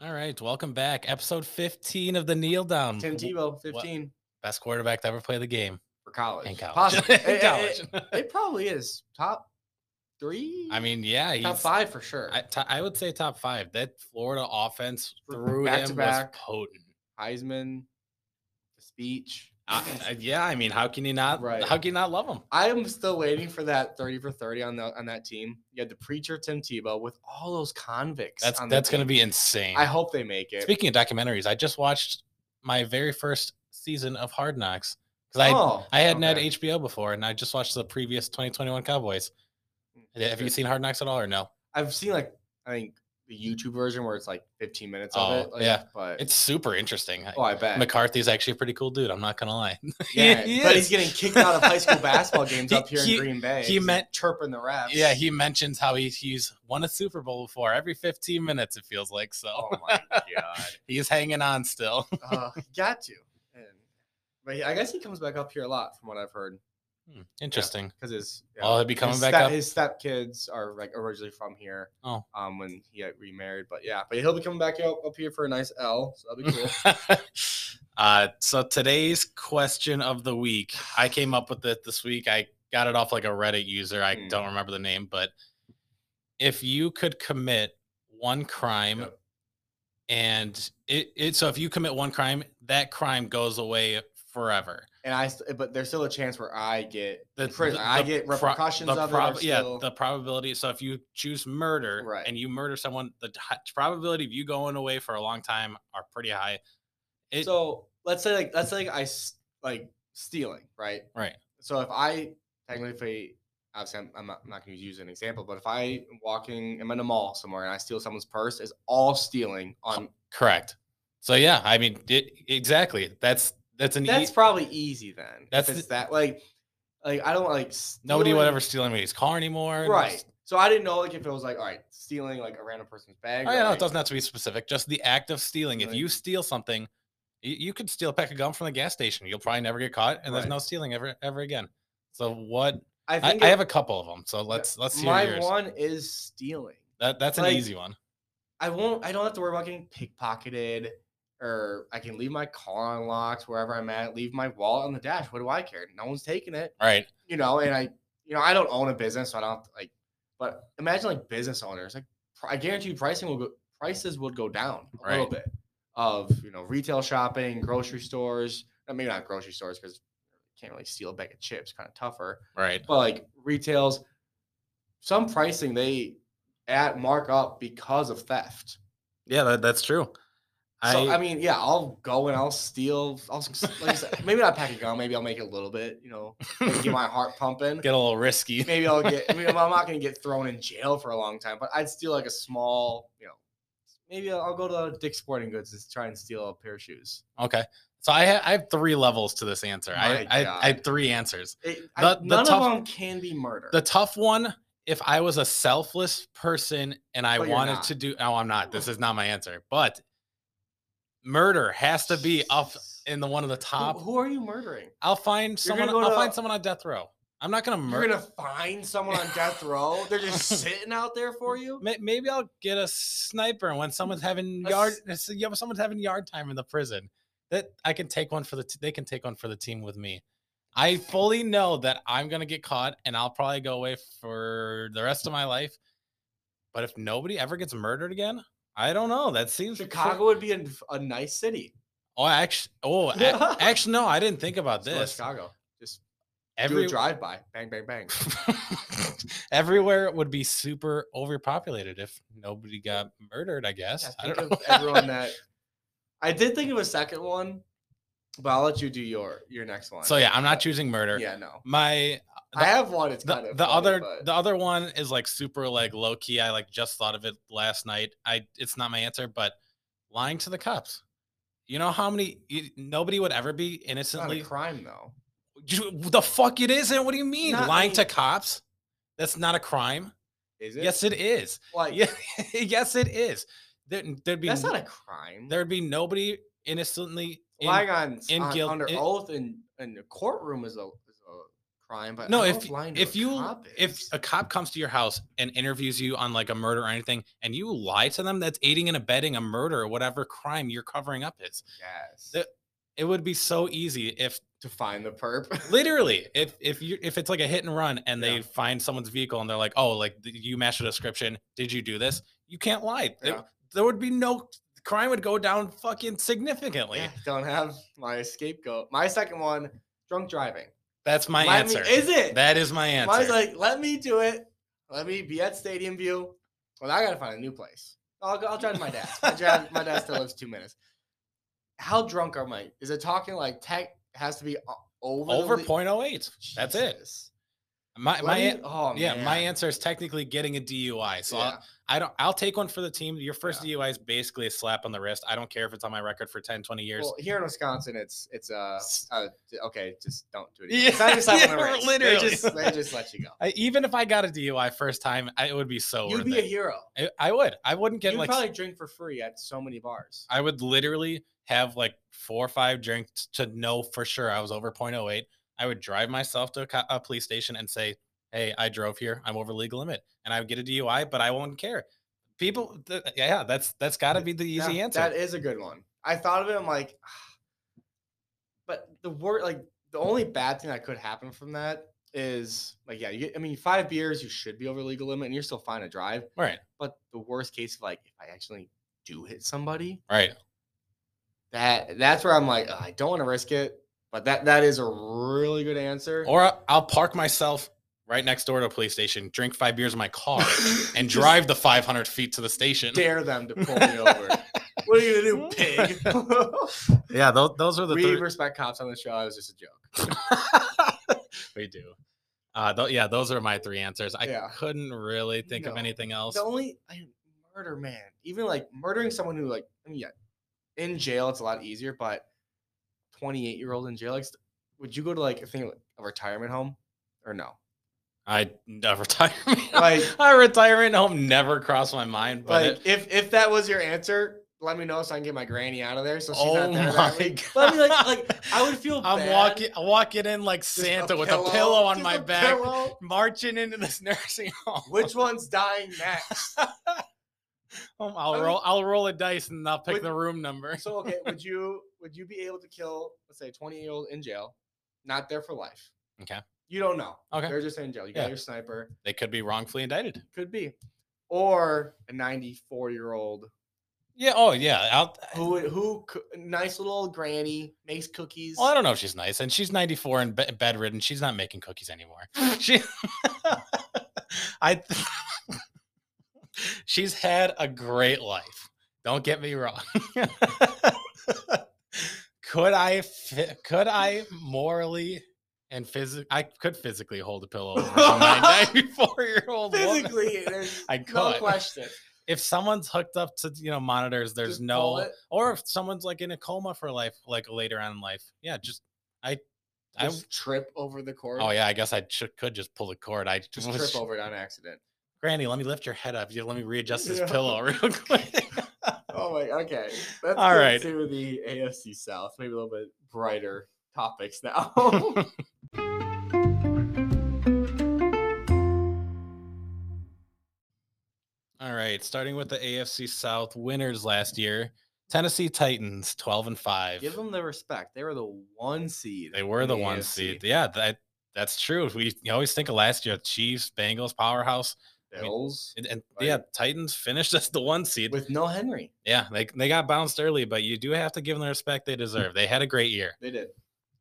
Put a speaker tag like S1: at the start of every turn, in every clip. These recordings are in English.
S1: All right, welcome back. Episode 15 of the Kneel Down.
S2: Tim Tebow, 15
S1: Best quarterback to ever play the game
S2: for college.
S1: in college.
S2: Possibly.
S1: In
S2: It-
S1: college.
S2: It, it- it probably is top three.
S1: I mean, yeah, he's
S2: top five for sure.
S1: I, t- I would say top five. That Florida offense
S2: For
S1: through
S2: back to
S1: him was
S2: back.
S1: potent.
S2: Heisman, the speech.
S1: I, I- yeah, I mean, how can you not?
S2: Right.
S1: How can you not love him?
S2: I am still waiting for that 30 for 30 on the on that team. You had the preacher Tim Tebow with all those convicts.
S1: That's
S2: on the
S1: that's going to
S2: team.
S1: be insane.
S2: I hope they make it.
S1: Speaking of documentaries, I just watched my very first season of Hard Knocks because I
S2: Oh,
S1: I hadn't
S2: okay.
S1: had HBO before, and I just watched the previous 2021 Cowboys. Have you
S2: Good.
S1: seen Hard Knocks at all or no?
S2: I've seen like I think the YouTube version where it's like 15 minutes
S1: Oh,
S2: of it. Like,
S1: yeah.
S2: but
S1: It's super interesting.
S2: oh, I bet.
S1: McCarthy's actually a pretty cool dude. I'm not gonna lie.
S2: Yeah,
S1: he
S2: but
S1: is.
S2: he's getting kicked out of high school basketball games
S1: He-
S2: up here
S1: he-
S2: in Green Bay.
S1: he
S2: He's
S1: meant-
S2: chirping the refs.
S1: Yeah, he mentions how he's he's won a Super Bowl before every 15 minutes. It feels like so.
S2: Oh my god.
S1: He's hanging on still.
S2: Uh, he got to. And, but he- I guess he comes back up here a lot, from what I've heard,
S1: Hmm, Interesting.
S2: because his yeah,
S1: Oh, he'll be coming
S2: his
S1: back
S2: step,
S1: up.
S2: His stepkids are like originally from here.
S1: Oh.
S2: Um, when he got remarried, but yeah, but he'll be coming back up, up here for a nice L. So that'll be cool.
S1: uh, so today's question of the week, I came up with it this week. I got it off like a Reddit user. I
S2: Hmm.
S1: don't remember the name, but if you could commit one crime
S2: Yep.
S1: and it, it so if you commit one crime, that crime goes away forever.
S2: and I, st- but there's still a chance where I get
S1: The-
S2: prison.
S1: the-
S2: I
S1: the
S2: get
S1: pro-
S2: repercussions
S1: the
S2: of
S1: prob-
S2: it. are
S1: yeah,
S2: still-
S1: the probability. So if you choose murder
S2: Right.
S1: and you murder someone, the t- probability of you going away for a long time are pretty high. It,
S2: so let's say like let's say like I s- like stealing, right?
S1: right.
S2: So if I technically, obviously, I'm, I'm not, I'm not going to use an example, but if I am walking, I'm in a mall somewhere and I steal someone's purse, is all stealing on.
S1: Correct. So yeah, I mean, it, exactly. That's that's an
S2: That's
S1: e-
S2: probably easy then. if
S1: That's
S2: it's
S1: the-
S2: that like, like I don't like
S1: nobody would
S2: stealing-
S1: ever steal anybody's car anymore.
S2: right. So I didn't know like if it was like all right, stealing like a random person's bag.
S1: Oh
S2: or,
S1: yeah, no,
S2: like-
S1: it doesn't have to be specific. Just the act of stealing. If
S2: Right.
S1: you steal something, you, you could steal a pack of gum from the gas station. You'll probably never get caught, and there's
S2: Right.
S1: no stealing ever ever again. So what?
S2: I
S1: I,
S2: think
S1: I
S2: it-
S1: have a couple of them. So let's let's hear
S2: my
S1: yours.
S2: one is stealing.
S1: that, that's an
S2: like,
S1: easy one.
S2: I won't. I don't have to worry about getting pickpocketed, or I can leave my car unlocked wherever I'm at. Leave my wallet on the dash. What do I care? No one's taking it.
S1: Right.
S2: you know, and I, you know, I don't own a business, so I don't like. But imagine like business owners, like pr- I guarantee you, pricing will go, prices would go down a little
S1: Right.
S2: bit of you know retail shopping, grocery stores. uh, Maybe not grocery stores because you can't really steal a bag of chips, kind of tougher.
S1: Right.
S2: But like retails, some pricing they at markup because of theft.
S1: Yeah, that, that's true.
S2: So I, mean, yeah, I'll go and I'll steal. I'll s- like I said, maybe not a pack of gum. Maybe I'll make it a little bit. You know, get my heart pumping
S1: get a little risky.
S2: maybe I'll get. I mean, I'm not going to get thrown in jail for a long time, but I'd steal like a small, you know. Maybe I'll, I'll go to Dick's Sporting Goods and try and steal a pair of shoes.
S1: Okay. So I have, I have three levels to this answer. I,
S2: My
S1: I
S2: God.
S1: I had three answers.
S2: It-
S1: The-
S2: I,
S1: the
S2: none
S1: tough-
S2: of them can be murder.
S1: The tough one, if I was a selfless person and I
S2: But you're
S1: wanted
S2: not.
S1: to do, oh, I'm not. This is not my answer. But murder has to be up in the one of the
S2: Who-
S1: top.
S2: Who, are you murdering?
S1: I'll find someone.
S2: go
S1: I'll
S2: to-
S1: find someone on death row. I'm not gonna
S2: You're
S1: murder.
S2: gonna find someone on death row. They're just sitting out there for you.
S1: Maybe I'll get a sniper when someone's having
S2: A
S1: yard.
S2: s-
S1: s- Yeah, when someone's having yard time in the prison. That I can take one for the. T- they can take one for the team with me. I fully know that I'm gonna get caught, and I'll probably go away for the rest of my life. But if nobody ever gets murdered again, I don't know. That seems pre-
S2: Chicago would be a, a nice city.
S1: Oh, actually, oh, a- actually, no, I didn't think about
S2: Let's go to
S1: this.
S2: Chicago. Just do
S1: Every
S2: a drive by. Bang, bang, bang.
S1: everywhere would be super overpopulated if nobody got murdered. I guess.
S2: Yeah,
S1: I
S2: think
S1: don't
S2: of
S1: know.
S2: everyone that I did think of a second one, but I'll let you do your your next one.
S1: So yeah, I'm not
S2: But-
S1: choosing murder.
S2: Yeah, no.
S1: My
S2: I
S1: the-
S2: have one. It's kind
S1: the,
S2: of
S1: the
S2: funny,
S1: other
S2: but-
S1: the other one is like super like low key. I like just thought of it last night. I it's not my answer, but lying to the cops. You know how many you, nobody would ever be
S2: it's not a
S1: innocently
S2: crime though.
S1: You- the fuck it isn't. What do you mean
S2: Not
S1: lying
S2: me.
S1: to cops? That's not a crime.
S2: Is it?
S1: Yes, it is.
S2: Like
S1: Yeah, yes, it is. There, there'd be
S2: that's
S1: n-
S2: not a crime.
S1: there'd be nobody innocently In-
S2: lying on, s-
S1: in
S2: on-
S1: guilt-
S2: under
S1: in-
S2: oath in in the courtroom is a, is a crime. But I
S1: No,
S2: don't
S1: if-
S2: know lying to
S1: if
S2: a
S1: you
S2: cop
S1: if
S2: is.
S1: a cop comes to your house and interviews you on like a murder or anything and you lie to them that's aiding and abetting a murder or whatever crime you're covering up is
S2: yes
S1: the- it would be so easy if
S2: to find the perp.
S1: literally if if you if it's like a hit and run and they
S2: Yeah.
S1: find somene's vehicle and they're like oh like th- you matched a description did you do this you can't lie there,
S2: Yeah.
S1: there would be no crime would go down fucking significantly
S2: Yeah, don't have my scapegoat. My second one, drunk driving.
S1: that's my
S2: Let me-
S1: answer
S2: is it?
S1: that is my answer
S2: Mine's like, let me do it. Let me be at Stadium View. Well, I gotta find a new place. I'll go. I'll drive to my dad's. My dad, my dad still lives two minutes. How drunk am I? Is it talking like tech has to be o- over the
S1: over
S2: le-
S1: 0.08 that's it
S2: Jesus.
S1: my
S2: Let
S1: my
S2: me-
S1: an-
S2: oh
S1: yeah my
S2: man.
S1: answer is technically getting a dui so I'll,
S2: Yeah.
S1: i don't i'll take one for the team your first
S2: Yeah.
S1: dui is basically a slap on the wrist i don't care if it's on my record for 10 20 years
S2: Well, here in Wisconsin, it's it's uh,
S1: S-
S2: uh d- okay, just don't do it.
S1: Yeah,
S2: Again. It's not even slap on the
S1: yeah,
S2: wrist.
S1: literally.
S2: They just they just let you go.
S1: I, even if i got a dui first time I, it would be so
S2: You'd
S1: worth
S2: be
S1: it.
S2: a hero.
S1: I, I would. I wouldn't get
S2: You'd
S1: like.
S2: probably drink for free at so many bars.
S1: I would literally have like four or five drinks to know for sure I was over 0.08. I would drive myself to a, co- a police station and say, "Hey, I drove here. I'm over legal limit," and I would get a DUI, but I won't care. People, th- yeah, that's that's got to be the easy
S2: Yeah,
S1: answer.
S2: That is a good one. I thought of it. I'm like, "Ah." but the word like the only bad thing that could happen from that is like yeah, you get, I mean five beers, you should be over legal limit, and you're still fine to drive.
S1: right,
S2: But the worst case, like if I actually do hit somebody,
S1: right.
S2: that that's where I'm like, "Ugh, I don't want to risk it. But that that is a really good answer.
S1: Or I- I'll park myself right next door to a police station, drink five beers in my car, and
S2: Just
S1: drive the 500 feet to the station.
S2: Dare them to pull me over. what are you gonna do, pig?
S1: Yeah, those those are
S2: we respect cops on the show. It was just a joke.
S1: we do. Uh, tho- yeah, those are my three answers. I
S2: Yeah.
S1: couldn't really think of
S2: No.
S1: anything else.
S2: the only I, murder man even like murdering someone who like i mean yeah in jail it's a lot easier but 28 year old in jail like st- would you go to like I think like, a retirement home or no
S1: I a retirement,
S2: Like-
S1: a retirement home never crossed my mind. But
S2: like
S1: it-
S2: if if that was your answer let me know so i can get my granny out of there so she's
S1: oh
S2: not there that
S1: my
S2: week.
S1: god,
S2: But I mean, like, like I would feel
S1: I'm
S2: bad.
S1: walking, walking in like
S2: Just
S1: Santa with a pillow on
S2: just
S1: my
S2: a
S1: back,
S2: pillow.
S1: marching into this nursing home.
S2: Which one's dying next?
S1: Um, I'll
S2: I mean-
S1: roll, I'll roll a dice and I'll pick
S2: Would-
S1: the room number.
S2: so okay, would you would you be able to kill let's say 20 year old in jail, not there for life?
S1: Okay.
S2: You don't know.
S1: Okay.
S2: They're just in jail. You
S1: Yeah.
S2: got your sniper.
S1: They could be wrongfully indicted.
S2: Could be. Or a 94 year old
S1: Yeah. Oh yeah. I'll,
S2: who would- who coo- nice little old granny makes cookies.
S1: Well, I don't know if she's nice, and she's 94 and be- bedridden. She's not making cookies anymore. She, I, th- she's had a great life. Don't get me wrong. could I, fi- could I morally and physically, I could physically hold a pillow over a 94 year old woman.
S2: Physically, there's
S1: I
S2: no
S1: could.
S2: question.
S1: If someone's hooked up to you know monitors, there's
S2: Just pull
S1: no,
S2: it.
S1: or if someone's like in a coma for life, like later on in life, yeah, just I, I
S2: Just trip over the cord.
S1: Oh yeah, I guess I should, could just pull the cord. I
S2: Just trip over it on accident.
S1: Granny, let me lift your head up. You let me readjust this
S2: Yeah.
S1: pillow real quick.
S2: Oh my. Okay. Let's
S1: All
S2: get
S1: right.
S2: to the AFC South. Maybe a little bit brighter topics now.
S1: All right, starting with the AFC South winners last year, Tennessee Titans, twelve and five.
S2: Give them the respect. They were the one seed.
S1: They were
S2: in
S1: the one
S2: AFC.
S1: seed. Yeah, that that's true. We you always think of last year, Chiefs, Bengals, powerhouse, I mean,
S2: Bills
S1: and, and
S2: Right.
S1: yeah, Titans finished as the one seed.
S2: with no Henry.
S1: yeah, they they got bounced early, but you do have to give them the respect they deserve. They had a great year.
S2: They did.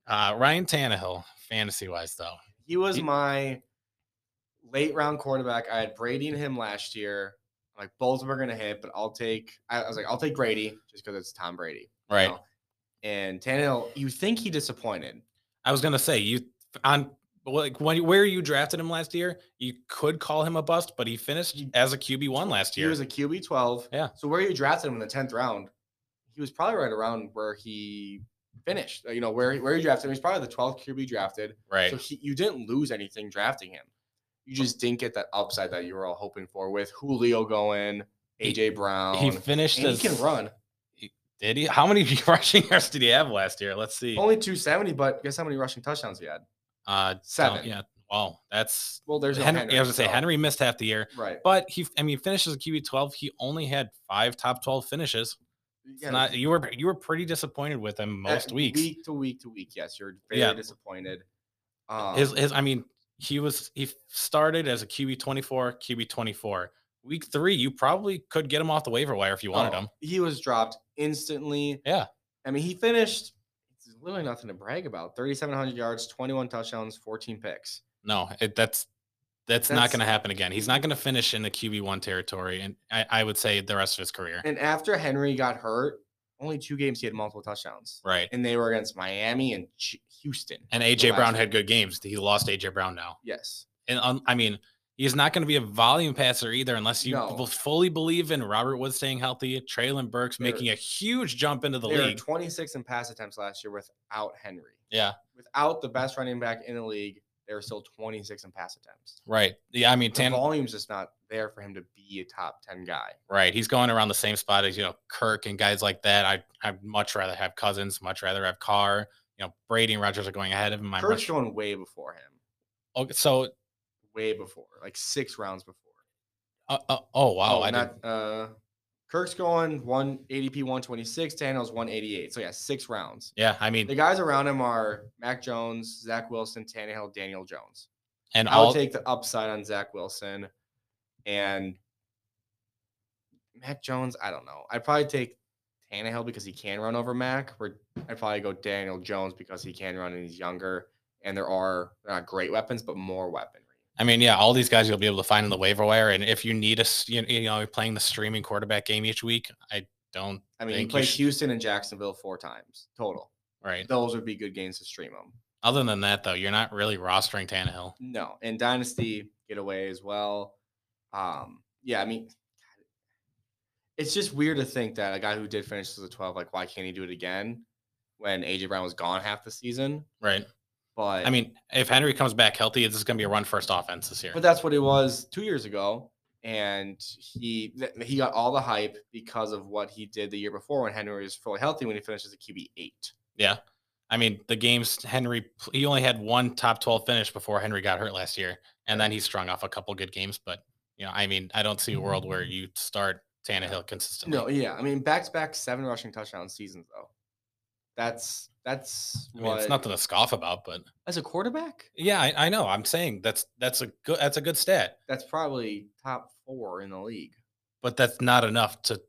S1: Uh, Ryan Tannehill, fantasy wise though.
S2: He was
S1: He-
S2: my late round quarterback. I had Brady and him last year. I'm Like both of them are gonna hit, but I'll take. I I was like, I'll take Brady just because it's Tom Brady. you
S1: Right.
S2: know? And Tannehill, you think he disappointed?
S1: I was gonna say you on like when where you drafted him last year, you could call him a bust, but he finished
S2: He-
S1: as a QB one last
S2: He
S1: year.
S2: was a QB twelve.
S1: Yeah.
S2: So where you drafted him in the tenth round, he was probably right around where he finished. uh, You know where where you drafted him. He's probably the twelfth QB drafted.
S1: right.
S2: So he, you didn't lose anything drafting him. You just didn't get that upside that you were all hoping for with Julio going,
S1: He-
S2: AJ Brown.
S1: he finished
S2: and he
S1: as
S2: can run.
S1: Did he? How many rushing yards did he have last year? Let's see.
S2: Only 270, but guess how many rushing touchdowns he had?
S1: Uh, don't-
S2: Seven.
S1: Yeah. Wow. That's
S2: Well, there's no
S1: Henry. I was gonna say
S2: so-
S1: Henry missed half the year,
S2: Right.
S1: but he. I mean, finishes a QB twelve. He only had five top twelve finishes. It's
S2: Yeah, Uh,
S1: Not you were you were pretty disappointed with him
S2: that-
S1: most weeks.
S2: Week to week to week. Yes, you're very
S1: Yeah.
S2: disappointed. Um,
S1: his his. I mean, he was he started as a QB twenty four, QB twenty four. Week three, you probably could get him off the waiver wire if you wanted
S2: oh,
S1: him.
S2: He was dropped instantly.
S1: Yeah.
S2: I mean, he finished. It's really nothing to brag about. 3,700 yards, 21 touchdowns, 14 picks.
S1: No, it, that's that's not
S2: That's-
S1: going to happen again. He's not going to finish in the QB one territory, and I, I would say the rest of his career.
S2: And after Henry got hurt, only two games he had multiple touchdowns,
S1: Right.
S2: and they were against Miami and Ch- Houston.
S1: And AJ
S2: last
S1: Brown
S2: one.
S1: had good games. He lost AJ Brown now,
S2: Yes.
S1: and um, I mean he's not going to be a volume passer either, unless you
S2: No.
S1: will fully believe in Robert Woods staying healthy, Traylon Burks
S2: They're-
S1: making a huge jump into the
S2: they were
S1: league.
S2: 26 in pass attempts last year without Henry.
S1: Yeah.
S2: Without the best running back in the league, they were still 26 in pass attempts.
S1: Right. Yeah. I mean,
S2: The
S1: Tan,
S2: volume's just not there for him to be a top 10 guy.
S1: Right. He's going around the same spot as, you know, Kirk and guys like that. I, I'd much rather have Cousins, much rather have Carr. You know, Brady and Rogers are going ahead of him. I'm
S2: Kirk's
S1: much,
S2: going way before him,
S1: okay, so,
S2: way before, like six rounds before.
S1: uh, uh, oh, wow.
S2: oh,
S1: I didn't-
S2: not, uh, Kirk's going one ADP 126, Daniel's 188. So yeah, six rounds.
S1: yeah. I mean,
S2: The guys around him are Mac Jones, Zach Wilson, Tannehill, Daniel Jones.
S1: and
S2: I
S1: all,
S2: would take the upside on Zach Wilson and Mac Jones. I don't know. I'd probably take Tannehill because he can run over Mac. Or I'd probably go Daniel Jones because he can run and he's younger. And there are they're not great weapons, but more weaponry.
S1: I mean, yeah, all these guys you'll be able to find in the waiver wire. And if you need us, you, you know, you're playing the streaming quarterback game each week, I don't,
S2: I mean, he
S1: Think you
S2: played
S1: should-
S2: Houston and Jacksonville four times total.
S1: right.
S2: Those would be good games to stream him.
S1: Other than that, though, you're not really rostering Tannehill.
S2: No, and Dynasty get away as well. Um, yeah, I mean, it's just weird to think that a guy who did finish as a 12, like, why can't he do it again when AJ Brown was gone half the season?
S1: Right.
S2: But
S1: I mean, if Henry comes back healthy, this is going to be a run first offense this year.
S2: but that's what it was two years ago, and he th- he got all the hype because of what he did the year before when Henry was fully healthy when he finished as a QB eight.
S1: Yeah. I mean, the games Henry, pl- he only had one top 12 finish before Henry got hurt last year. And then he strung off a couple good games. But, you know, I mean, I don't see a world where you start Tannehill consistently.
S2: No, yeah, I mean, back to back seven rushing touchdown seasons though. That's that's
S1: I mean, it's nothing to scoff about, but
S2: as a quarterback.
S1: yeah, I, I know. I'm saying that's that's a good that's a good stat,
S2: that's probably top four in the league.
S1: but that's not enough to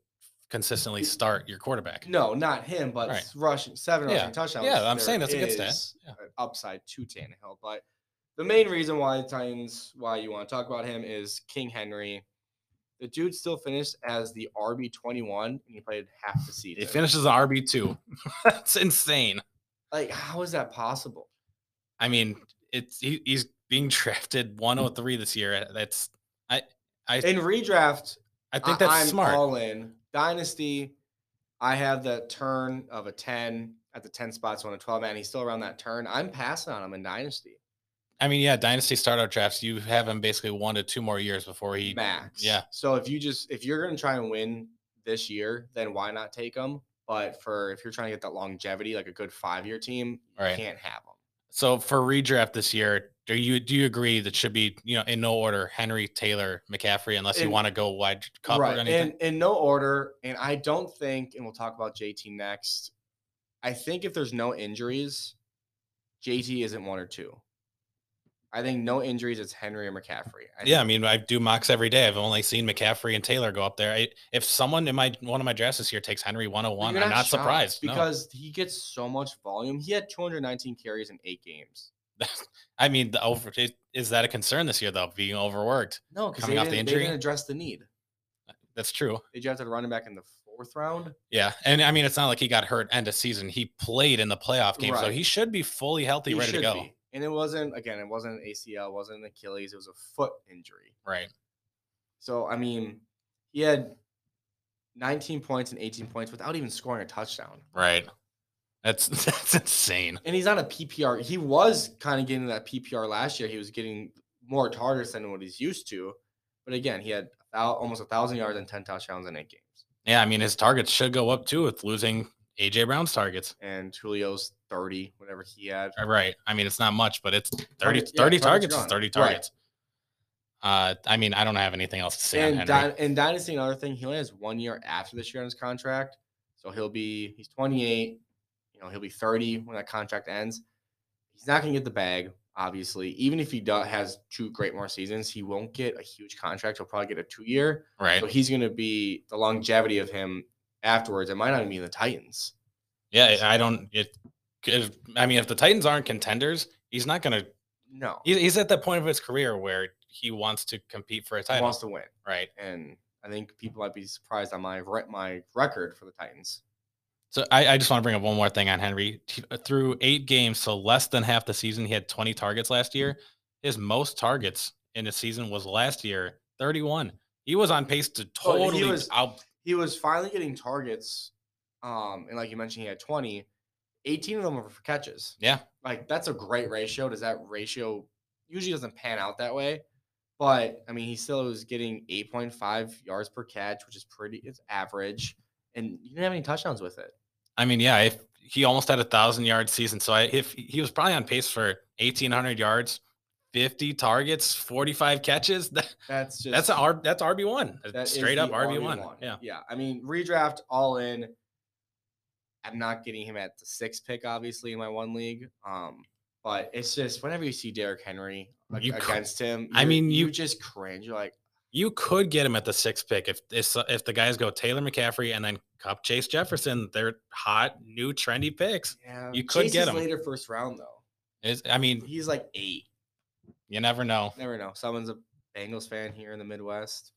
S1: consistently start your quarterback.
S2: No, not him, but
S1: Right.
S2: s- rushing seven
S1: Yeah,
S2: rushing touchdowns.
S1: yeah, I'm
S2: there
S1: saying that's a good stat,
S2: is
S1: yeah.
S2: an Upside to Tannehill, but the main reason why the Titans, why you want to talk about him, is King Henry. The dude still finished as the RB twenty one, and he played half the season.
S1: He finishes an RB two. that's insane.
S2: like, how is that possible?
S1: I mean, it's he, he's being drafted 103 this year. uh, That's I I
S2: In redraft,
S1: I think that's
S2: am
S1: smart.
S2: All in dynasty. I have the turn of a ten at the ten spots on a twelve man. He's still around that turn. I'm passing on him in dynasty.
S1: I mean, yeah, dynasty startup drafts. You have him basically one to two more years before he.
S2: max.
S1: yeah.
S2: So if you just if you're gonna try and win this year, then why not take them? But for if you're trying to get that longevity, like a good five year team, you
S1: Right.
S2: can't have them.
S1: So for redraft this year, do you do you agree that should be you know in no order Henry Taylor McCaffrey unless you
S2: In-
S1: want to go wide cup
S2: right.
S1: or anything?
S2: In in no order, and I don't think, and we'll talk about JT next. I think if there's no injuries, JT isn't one or two. I think no injuries. It's Henry or McCaffrey. I
S1: yeah, I
S2: think-
S1: mean, I do mocks every day. I've only seen McCaffrey and Tayller go up there. I, if someone in my one of my drafts this year takes Henry 101,
S2: You're
S1: I'm not
S2: shocked
S1: surprised. no.
S2: because he gets so much volume. He had 219 carries in eight games.
S1: I mean, the over is- is that a concern this year though? Being overworked,
S2: No, because they,
S1: Coming off the
S2: didn't- they
S1: injury?
S2: didn't address the need.
S1: that's true.
S2: They drafted a running back in the fourth round.
S1: Yeah, and I mean, it's not like he got hurt end of season. He played in the playoff game, so
S2: Right.
S1: he should be fully healthy,
S2: He
S1: ready to
S2: should
S1: go.
S2: be. And it wasn't again, it wasn't an ACL, it wasn't an Achilles, it was a foot injury.
S1: Right.
S2: So I mean, he had 19 points and 18 points without even scoring a touchdown.
S1: Right. That's that's insane.
S2: And he's not a PPR. He was kind of getting that PPR last year. He was getting more targets than what he's used to. But again, he had thou- almost a thousand yards and 10 touchdowns in eight games.
S1: Yeah, I mean his targets should go up too with losing AJ Brown's targets.
S2: and Julio's 30, whatever he had.
S1: Uh, Right. I mean it's not much, but it's 30
S2: Target- yeah,
S1: 30
S2: targets
S1: targets,
S2: gone.
S1: is 30
S2: Right.
S1: targets. Uh I mean I don't have anything else to say on
S2: and,
S1: Henry.
S2: Dy- and Dynasty, another thing, he only has one year after this year on his contract. So he'll be, he's 28. You know, he'll be 30 when that contract ends. He's not going to get the bag, obviously. Even if he does, has two great more seasons, he won't get a huge contract. He'll probably get a two year.
S1: right.
S2: So he's going to be the longevity of him afterwards. It might not even be in the Titans.
S1: Yeah, I don't it if, I mean if the Titans aren't contenders, he's not going to
S2: No. He
S1: he- he's at that point of his career where he wants to compete for a title,
S2: wants to win.
S1: right?
S2: And I think people might be surprised on my re- my record for the Titans.
S1: So I, I just want to bring up one more thing on Henry. He- Through eight games, so less than half the season, he had 20 targets
S2: Hmm.
S1: last year. His most targets in the season was last year, 31. He was on pace to
S2: Oh, he
S1: totally
S2: was-
S1: out.
S2: he was finally getting targets. Um, and like you mentioned, he had 20. 18 of them were for catches.
S1: Yeah,
S2: Like that's a great ratio. Does that ratio usually doesn't pan out that way? But I mean, he still was getting 8.5 yards per catch, which is pretty it's average. And you didn't have any touchdowns with it.
S1: I mean, yeah, if he almost had a thousand yard season, so I, if he was probably on pace for 1,800 yards, 50 targets, 45 catches, that,
S2: That's just
S1: that's a R, that's RB one,
S2: That is
S1: straight up
S2: the
S1: RB one. Yeah,
S2: Yeah. I mean, redraft all in. I'm not getting him at the sixth pick, obviously, in my one league. Um, but it's just whenever you see Derrick Henry like,
S1: You cr-
S2: against him,
S1: I
S2: you're-
S1: mean, you-
S2: just cringe. You're like,
S1: you could get him at the sixth pick if if, if the guys go Taylor McCaffrey and then Cup Chase Jefferson. They're hot, new, trendy picks.
S2: yeah,
S1: You could
S2: Chase
S1: get
S2: is
S1: him.
S2: later first round though.
S1: It's, I mean,
S2: He's like eight.
S1: you never know.
S2: Never know. Someone's a Bengals fan here in the Midwest.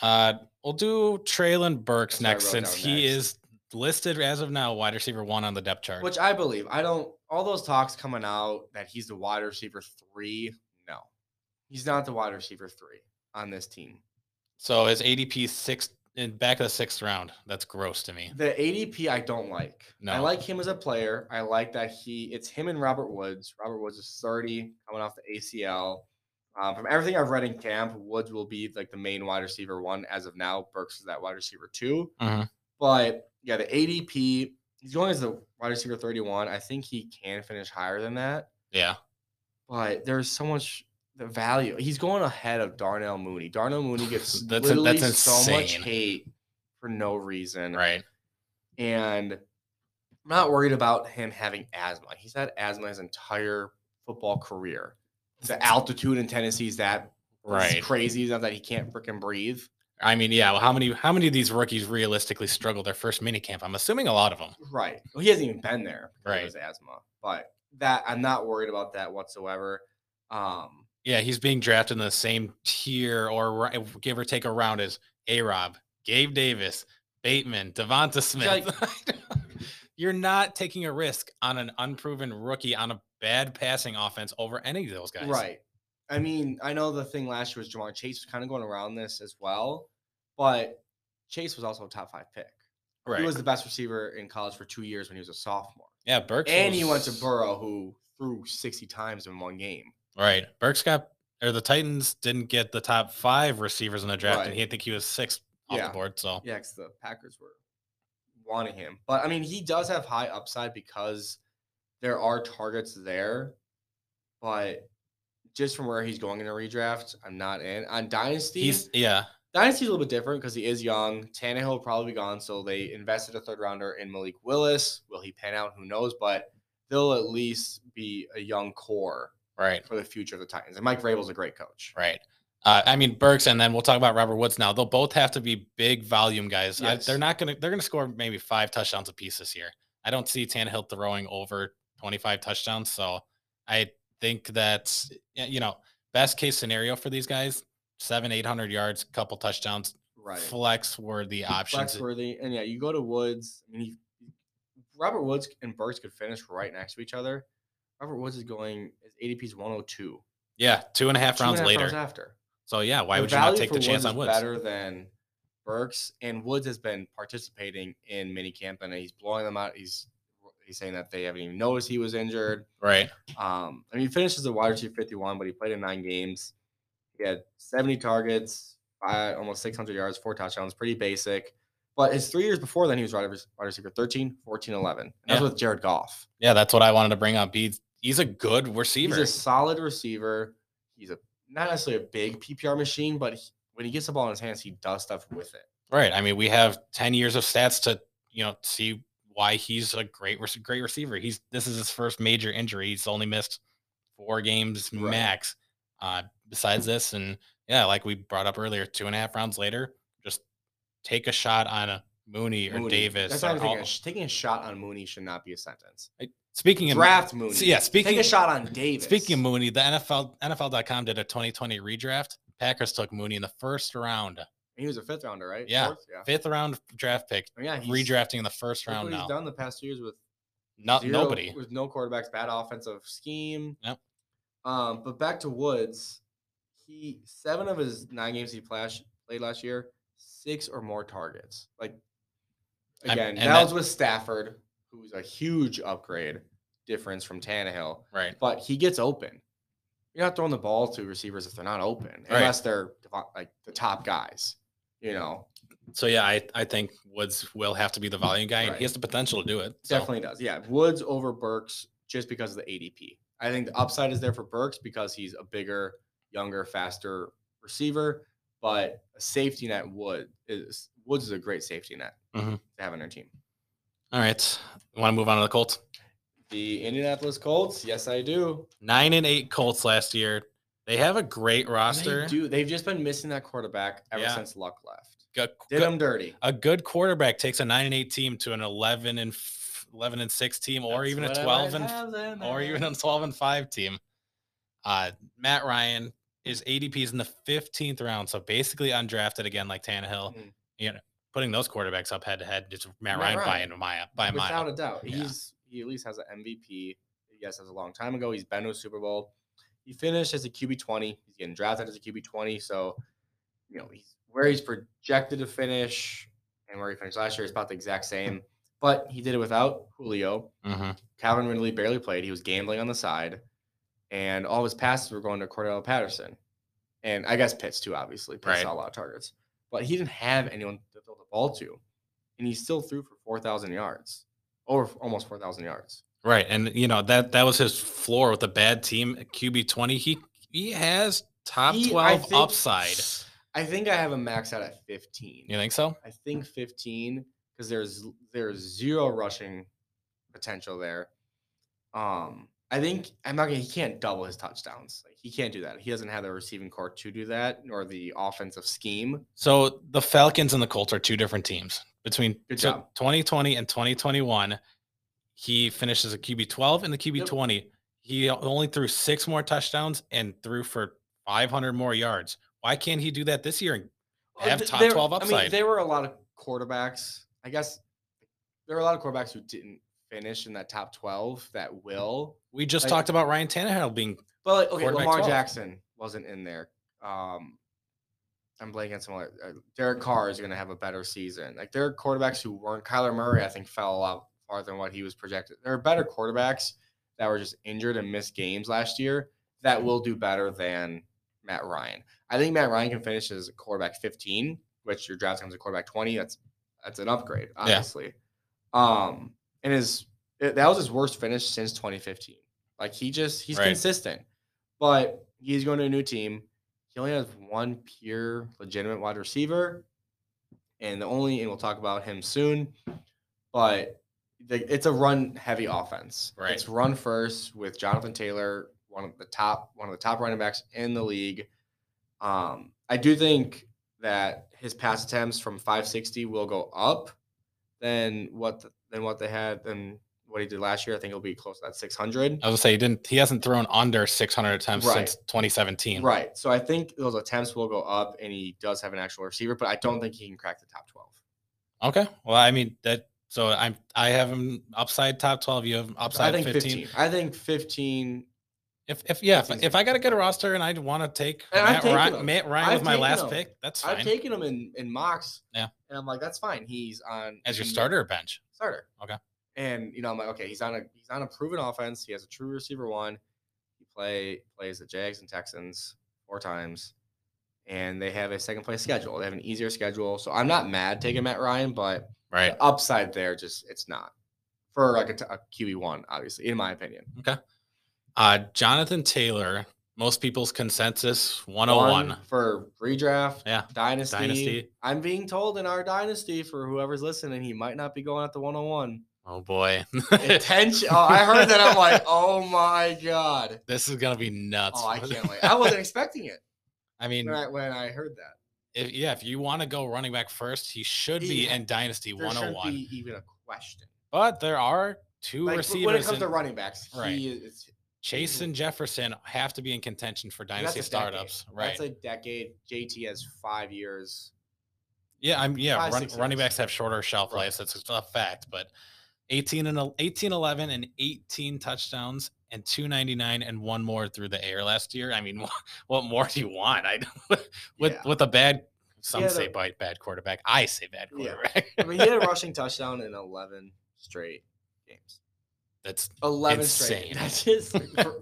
S1: Uh, we'll do Traylon Burks
S2: That's what I
S1: next
S2: wrote
S1: since
S2: down
S1: he
S2: next.
S1: is listed as of now wide receiver one on the depth chart.
S2: Which I believe. I don't. All those talks coming out that he's the wide receiver three. No, he's not the wide receiver three on this team.
S1: so his ADP sixth in back of the sixth round. That's gross to me.
S2: The ADP I don't like. I
S1: No.
S2: like him as a player. I like that he it's him and Robert Woods. Robert Woods is 30 coming off the ACL. Um, from everything I've read in camp, Woods will be like the main wide receiver one as of now. Burks is that wide receiver two.
S1: Mhm.
S2: But yeah, the ADP, he's going as the wide receiver 31. I think he can finish higher than that.
S1: Yeah,
S2: But there's so much the value. He's going ahead of Darnell Mooney. Darnell Mooney gets
S1: That's- that's
S2: literally so much
S1: insane.
S2: hate for no reason
S1: right.
S2: and I'm not worried about him having asthma. He's had asthma his entire football career. The altitude in Tennessee is that it's
S1: Right.
S2: crazy enough that he can't freaking breathe.
S1: I mean, yeah. Well, how many how many of these rookies realistically struggle their first minicamp? I'm assuming a lot of them.
S2: Right. Well, he hasn't even been there. because of
S1: Right.
S2: His asthma, but that I'm not worried about that whatsoever. Um,
S1: Yeah, he's being drafted in the same tier or ri- give or take a round as A Rob, Gabe Davis, Bateman, Devonta Smith. You're not taking a risk on an unproven rookie on a bad passing offense over any of those guys.
S2: Right. I mean, I know the thing last year was Jamar Chase was kind of going around this as well, but Chase was also a top five pick.
S1: Right.
S2: He was the best receiver in college for two years when he was a sophomore.
S1: yeah, Burks.
S2: and he went to
S1: was-
S2: Burrow, who threw 60 times in one game.
S1: Right. Burks got, or the Titans didn't get the top five receivers in the draft, and
S2: Right.
S1: he, I think he was sixth off
S2: Yeah.
S1: the board. So,
S2: Yeah, because the Packers were wanting him. But I mean, he does have high upside because there are targets there. But just from where he's going in a redraft, I'm not in. On Dynasty,
S1: he's, yeah.
S2: Dynasty's a little bit different because he is young. Tannehill will probably be gone, so they invested a third rounder in Malik Willis. Will he pan out? Who knows? But they'll at least be a young core
S1: Right.
S2: for the future of the Titans. And Mike Vrabel's a great coach.
S1: Right. Uh, I mean Burks, and then we'll talk about Robert Woods. Now they'll both have to be big volume guys. I-
S2: Yes.
S1: they're not gonna. They're gonna score maybe five touchdowns apiece this year. I don't see Tannehill throwing over twenty-five touchdowns. So I think that's y- you know best case scenario for these guys: seven, eight hundred yards, couple touchdowns.
S2: Right.
S1: Flex were the options.
S2: Flexworthy. And yeah, you go to Woods. I mean, he, Robert Woods and Burks could finish right next to each other. Robert Woods is going, his ADP is 102.
S1: yeah, two and a half
S2: Two and
S1: rounds
S2: a half
S1: later.
S2: after.
S1: so yeah, why
S2: The
S1: would you not
S2: value
S1: take
S2: for
S1: the chance
S2: Woods
S1: on
S2: is
S1: Woods?
S2: Better than Burks and Woods has been participating in minicamp and he's blowing them out. He's he's saying that they haven't even noticed he was injured.
S1: Right.
S2: Um, I mean, he finishes the wide receiver 51, but he played in nine games. He had 70 targets, five, almost 600 yards, four touchdowns, pretty basic. But his three years before then, he was wide receiver, wide receiver 13, 14, 11. And that's
S1: Yeah.
S2: with Jared Goff.
S1: Yeah, that's what I wanted to bring up. He's he's a good receiver.
S2: He's a solid receiver. He's a not necessarily a big PPR machine, but he- when he gets the ball in his hands, he does stuff with it.
S1: Right. I mean, we have 10 years of stats to, you know, see why he's a great rec- great receiver. He's this is his first major injury. He's only missed four games
S2: Right.
S1: max. Uh, besides this, and yeah, like we brought up earlier, two and a half rounds later, just take a shot on a Mooney or
S2: Mooney.
S1: Davis.
S2: That's
S1: or
S2: what I'm thinking.
S1: all-
S2: Sh- Taking a shot on Mooney should not be a sentence.
S1: speaking of
S2: Draft Mooney.
S1: So, yeah, speaking
S2: Take a shot on Davis.
S1: Speaking of Mooney, the NFL NFL.com did a 2020 redraft. Packers took Mooney in the first round,
S2: he was a fifth rounder, right?
S1: Yeah.
S2: Fourth? yeah.
S1: fifth round draft pick,
S2: I mean, yeah he's-
S1: redrafting in the first
S2: look
S1: round
S2: what He's
S1: now.
S2: done the past two years with
S1: Not
S2: zero-
S1: Uh, nobody.
S2: with no quarterbacks, bad offensive scheme.
S1: Yep.
S2: Um, but back to Woods, he seven of his nine games he plash, played last year, six or more targets. Like
S1: I'm-
S2: again,
S1: and
S2: that,
S1: that-
S2: was with Stafford, who's a huge upgrade difference from Tannehill.
S1: Right.
S2: But he gets open. You're not throwing the ball to receivers if they're not open, unless they're Devon- like the top guys. You know,
S1: So yeah, I, I think Woods will have to be the volume guy, and
S2: Right.
S1: he has the potential to do it. So,
S2: Definitely does. Yeah. Woods over Burks just because of the ADP. I think the upside is there for Burks because he's a bigger, younger, faster receiver, but a safety net Wood is Woods is a great safety net
S1: Mhm.
S2: to have on your team.
S1: All right, want to move on to the Colts?
S2: The Indianapolis Colts, yes, I do.
S1: Nine and eight Colts last year. They have a great roster.
S2: They do. They've just been missing that quarterback ever
S1: Yeah.
S2: since Luck left.
S1: Go-
S2: Did
S1: go-
S2: them dirty.
S1: a good quarterback takes a nine and eight team to an eleven and f- eleven and six team, or
S2: That's
S1: even a
S2: what I Ah,
S1: twelve and f-
S2: have them
S1: or even
S2: at.
S1: a twelve and five team. Uh, Matt Ryan is ADP's in the fifteenth round, so basically undrafted again, like Tannehill.
S2: Mhm.
S1: You know, putting those quarterbacks up head to head, just Matt,
S2: Matt
S1: Ryan,
S2: Ryan.
S1: by a mile, by a
S2: Without
S1: mile.
S2: a doubt.
S1: Yeah.
S2: He's he at least has an MVP. Yes, that's a long time ago. He's been to a Super Bowl. He finished as a QB twenty. He's getting drafted as a QB twenty. So, you know, he's where he's projected to finish and where he finished last year is about the exact same. But he did it without Julio.
S1: Mhm.
S2: Calvin Ridley barely played. He was gambling on the side. And all his passes were going to Cordell Patterson. And I guess Pitts too, obviously. Pitts
S1: Right.
S2: saw a lot of targets. But he didn't have anyone to throw the ball to. And he still threw for 4,000 yards. Over almost 4,000 yards.
S1: Right, and you know that that was his floor with a bad team QB twenty. He he has top
S2: He- I
S1: twelve
S2: think-
S1: upside.
S2: I think I have him maxed out at 15.
S1: You think so?
S2: I think 15 because there's there's zero rushing potential there. Um, I think I'm not gonna. He can't double his touchdowns. Like he can't do that. He doesn't have the receiving core to do that, nor the offensive scheme.
S1: So the Falcons and the Colts are two different teams. Between
S2: Good
S1: so
S2: job.
S1: 2020 and 2021, he finishes a QB 12 and the QB
S2: Yep.
S1: 20. He only threw six more touchdowns and threw for 500 more yards. Why can't he do that this year?
S2: Well,
S1: Have
S2: th-
S1: top
S2: there-
S1: 12
S2: I
S1: upside.
S2: mean, there were a lot of quarterbacks. I guess there were a lot of quarterbacks who didn't finish in that top 12
S1: Mm.
S2: that will.
S1: We just
S2: I-
S1: talked about Ryan Tannehill being
S2: But like, okay,
S1: Quarterback
S2: Lamar
S1: 12.
S2: Jackson wasn't in there. Um, I'm blanking on someone. Uh, Derek Carr is going to have a better season. Like there are quarterbacks who weren't. Kyler Murray, I think, fell a lot farther than what he was projected. There are better quarterbacks that were just injured and missed games last year that will do better than Matt Ryan. I think Matt Ryan can finish as a quarterback 15, which your draft comes a quarterback 20. That's that's an upgrade, obviously. Um, and his it- that was his worst finish since 2015. Like he just he's
S1: Right.
S2: consistent, but he's going to a new team. He only has one pure legitimate wide receiver, and the only and we'll talk about him soon. But the, it's a run heavy offense.
S1: Right.
S2: It's run first with Jonathan Taylor, one of the top one of the top running backs in the league. Um, I do think that his pass attempts from 560 will go up than what th- than what they had than what he did last year. I think it'll be close to that 600.
S1: I was gonna say he didn't he hasn't thrown under 600 attempts
S2: Right.
S1: since 2017.
S2: Right. So I think those attempts will go up, and he does have an actual receiver, but I don't think he can crack the top 12.
S1: Okay. Well, I mean that so I'm I have him upside top 12, you have him
S2: I
S1: upside
S2: think 15.
S1: 15.
S2: I think 15.
S1: If if yeah, if,
S2: Season.
S1: if I got a good roster and I want to take
S2: And
S1: Matt
S2: I've
S1: Ryan,
S2: taken him.
S1: Matt Ryan
S2: I've
S1: with my
S2: taken
S1: last
S2: him.
S1: pick, that's
S2: I've
S1: fine.
S2: taken him in in mocks.
S1: Yeah.
S2: And I'm like, that's fine. He's on
S1: As your
S2: the
S1: starter or bench?
S2: starter.
S1: Okay.
S2: And you know, I'm like, okay, he's on a he's on a proven offense. He has a true receiver one. He play plays the Jags and Texans four times, and they have a second place schedule. They have an easier schedule, so I'm not mad taking Matt Ryan, but
S1: Right.
S2: the upside there just it's not for like a, t- a QB one, obviously, in my opinion.
S1: Uh, Jonathan Taylor, most people's consensus 101.
S2: One for redraft.
S1: Yeah.
S2: Dynasty.
S1: Dynasty.
S2: I'm being told in our dynasty for whoever's listening, he might not be going at the 101.
S1: Oh boy.
S2: Attention. oh, I heard that. I'm like, oh my God.
S1: this is going to be nuts.
S2: oh, I can't wait. I wasn't expecting it
S1: I mean,
S2: when I, when I heard that.
S1: if, yeah, if you want to go running back first, he should be
S2: He-
S1: in Dynasty
S2: There shouldn't
S1: 101.
S2: be even a question.
S1: But there are two
S2: Like, w-
S1: receivers.
S2: when it comes
S1: in-
S2: to running backs,
S1: Right.
S2: he is
S1: Chase and Jefferson have to be in contention for
S2: that's
S1: Dynasty
S2: a decade.
S1: startups. Right.
S2: That's a decade. JT has five years.
S1: yeah, I'm yeah,
S2: five,
S1: run,
S2: six
S1: running
S2: years.
S1: backs have shorter shelf
S2: Right.
S1: lives. That's a fact, but 18 and el- 18 11 and 18 touchdowns and 299 and one more through the air last year. I mean, what more do you want? I with
S2: Yeah.
S1: with a bad some
S2: Yeah,
S1: say
S2: the-
S1: bad, bad quarterback. I say bad
S2: Yeah.
S1: quarterback.
S2: I mean, he had a rushing touchdown in 11 straight games.
S1: That's
S2: 11
S1: Insane.
S2: straight. That's his. for-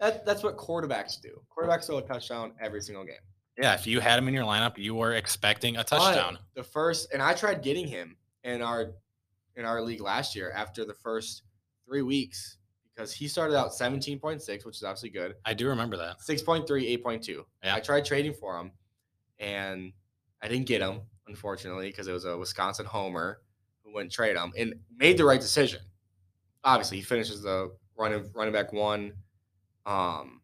S2: that, that's what quarterbacks do. Quarterbacks throw a touchdown every single game.
S1: yeah, if you had him in your lineup, you were expecting a
S2: But
S1: touchdown.
S2: the first, and I tried getting him in our in our league last year after the first three weeks because he started out 17.6, which is obviously good.
S1: I do remember that.
S2: 6.3, 8.2.
S1: Yeah.
S2: I tried trading for him and I didn't get him, unfortunately, because it was a Wisconsin homer who wouldn't trade him and made the right decision. Obviously, he finishes the running running back one. Um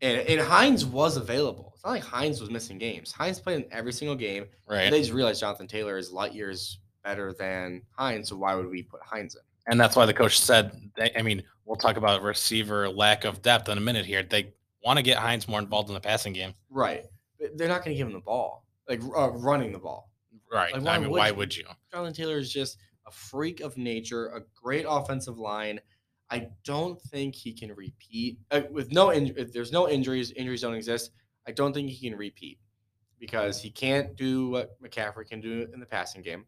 S2: and, and Hines was available. It's not like Hines was missing games. Hines played in every single game.
S1: Right.
S2: They just realized Jonathan Taylor is light years better than Hines, so why would we put Hines in?
S1: And that's why the coach said, they, I mean, we'll talk about receiver lack of depth in a minute here. They want to get Hines more involved in the passing game.
S2: Right. But They're not going to give him the ball, like uh, running the ball.
S1: Right.
S2: Like,
S1: I
S2: why
S1: mean,
S2: would
S1: why
S2: you?
S1: would you?
S2: Jonathan Taylor is just a freak of nature, a great offensive line. I don't think he can repeat uh, with no in, if there's no injuries, injuries don't exist. I don't think he can repeat because he can't do what McCaffrey can do in the passing game,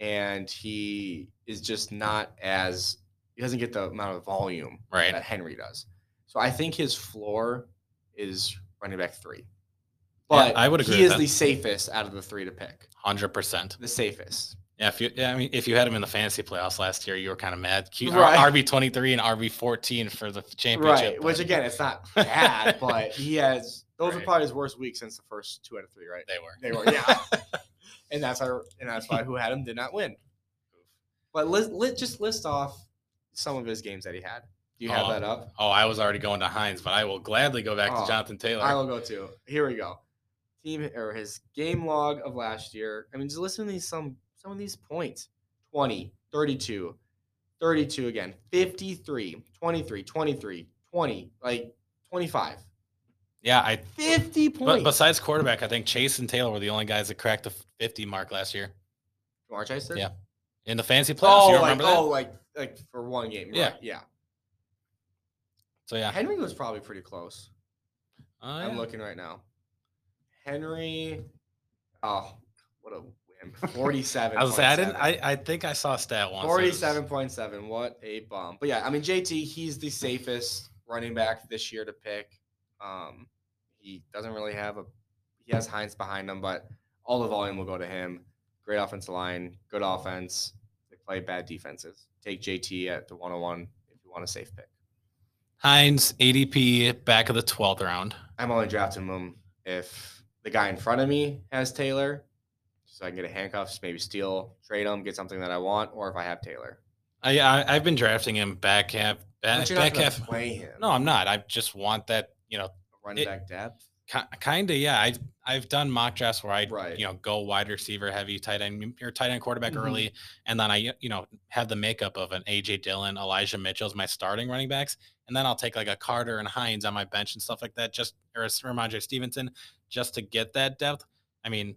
S2: and he is just not as he doesn't get the amount of volume
S1: Right.
S2: that Henry does. So I think his floor is running back three, but
S1: I would agree
S2: He
S1: with
S2: is
S1: that.
S2: the safest out of the three to pick.
S1: 100%.
S2: The safest.
S1: Yeah. If you, yeah, I mean, if you had him in the fantasy playoffs last year, you were kind of mad. Q,
S2: Right.
S1: RB23 and RB14 for the championship.
S2: Right, which
S1: but
S2: again, it's not bad, but he has those are
S1: Right.
S2: probably his worst week since the first two out of three, right?
S1: they were.
S2: They were, yeah, and that's why, and that's why who had him did not win. But list, li- just list off some of his games that he had. Do you have
S1: Oh,
S2: that up?
S1: Oh, I was already going to Hines, but I will gladly go back
S2: Oh,
S1: to Jonathan Taylor.
S2: I will go to. Here we go. Team or his game log of last year. I mean, just listen to these some some of these points. 20, 32, 32 again, 53, 23, 23, 20, like 25.
S1: yeah. I,
S2: 50
S1: but
S2: points.
S1: besides quarterback, I think Chase and Taylor were the only guys that cracked the 50 mark last year
S2: Jamar Chase did?
S1: Yeah. in the fantasy playoffs.
S2: Oh,
S1: you
S2: like,
S1: remember that?
S2: oh, like like for one game.
S1: Yeah.
S2: Yeah, yeah.
S1: so, yeah.
S2: Henry was probably pretty close.
S1: Oh,
S2: I'm
S1: yeah.
S2: looking right now. Henry, oh, what a win! Forty-seven.
S1: I was gonna say I didn't. I, I think I saw a stat once. it was-
S2: Forty-seven point seven. What a bomb! But yeah, I mean JT, he's the safest running back this year to pick. Um, he doesn't really have a. He has Heinz behind him, but all the volume will go to him. Great offensive line, good offense. They play bad defenses. Take JT at the one hundred and one if you want a safe pick.
S1: Hines ADP back of the twelfth round.
S2: I'm only drafting him if the guy in front of me has Taylor, so I can get a handcuffs, maybe steal, trade him, get something that I want, or if I have Taylor.
S1: I, I I've been drafting him back half. Back,
S2: But you're not
S1: back
S2: gonna
S1: half.
S2: play him.
S1: No, I'm not. I just want that. You know,
S2: running
S1: it-
S2: back depth.
S1: kind of. Yeah, I I've done mock drafts where I
S2: Right.
S1: you know go wide receiver heavy, tight end, your tight end quarterback
S2: Mhm.
S1: early, and then I you know have the makeup of an AJ Dillon, Elijah Mitchell as my starting running backs, and then I'll take like a Carter and Hines on my bench and stuff like that. Just or a Ramondre Stevenson, just to get that depth. I mean,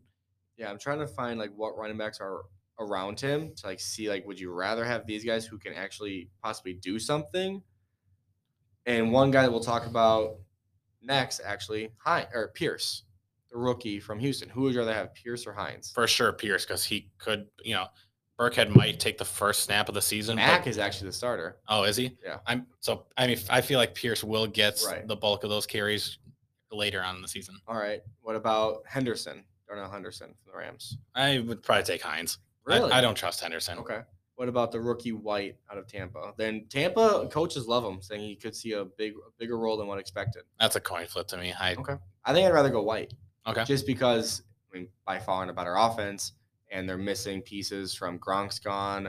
S2: Yeah, I'm trying to find like what running backs are around him to like see like would you rather have these guys who can actually possibly do something? And one guy that we'll talk about next actually, Hines or Pierce, the rookie from Houston. Who would you rather have, Pierce or Hines?
S1: for sure Pierce because he could, you know, Burkhead might take the first snap of the season. but-
S2: Mac is actually the starter.
S1: oh, is he?
S2: Yeah.
S1: I'm so I mean I feel like Pierce will get s-
S2: Right.
S1: the bulk of those carries later on in the season.
S2: All right. What about Henderson? Darnell Henderson from the Rams.
S1: I would probably take Hines. I- I, don't trust Henderson.
S2: Okay. What about the rookie White out of Tampa? Then Tampa coaches love him, saying he could see a big, a bigger role than what expected.
S1: That's a coin flip to me. I,
S2: Okay. I think I'd rather go White.
S1: Okay.
S2: Just because, I mean, by far and a better offense, and they're missing pieces from Gronk's gone.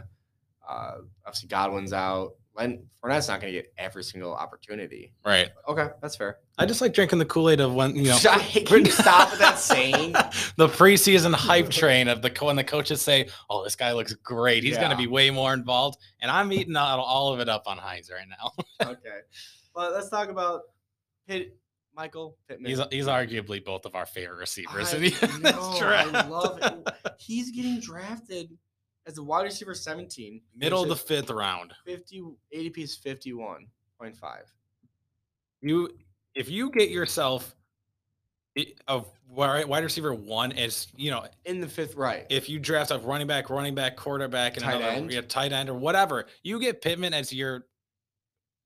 S2: Uh, obviously, Godwin's out. Len Fournette's not going to get every single opportunity.
S1: right.
S2: Okay, that's fair.
S1: I just like drinking the Kool Aid of when you know
S2: I, can you stop with that saying?
S1: the preseason hype train of the co- when the coaches say, "Oh, this guy looks great. He's going
S2: Yeah.
S1: to be way more involved," and I'm eating all, all of it up on Hines right now.
S2: Okay. Well, let's talk about Pitt, Michael Pittman.
S1: he's he's arguably both of our favorite receivers.
S2: I
S1: in the- in this
S2: know, I
S1: draft.
S2: love it. He's getting drafted as a wide receiver 17.
S1: Middle of the
S2: finishes
S1: fifth round.
S2: 50 ADP is 51.5.
S1: You, if you get yourself i- a wi- wide receiver one, as you know,
S2: In the fifth right.
S1: if you draft a running back, running back, quarterback, and
S2: Tight
S1: another
S2: end?
S1: yeah, tight end or whatever, you get Pittman as your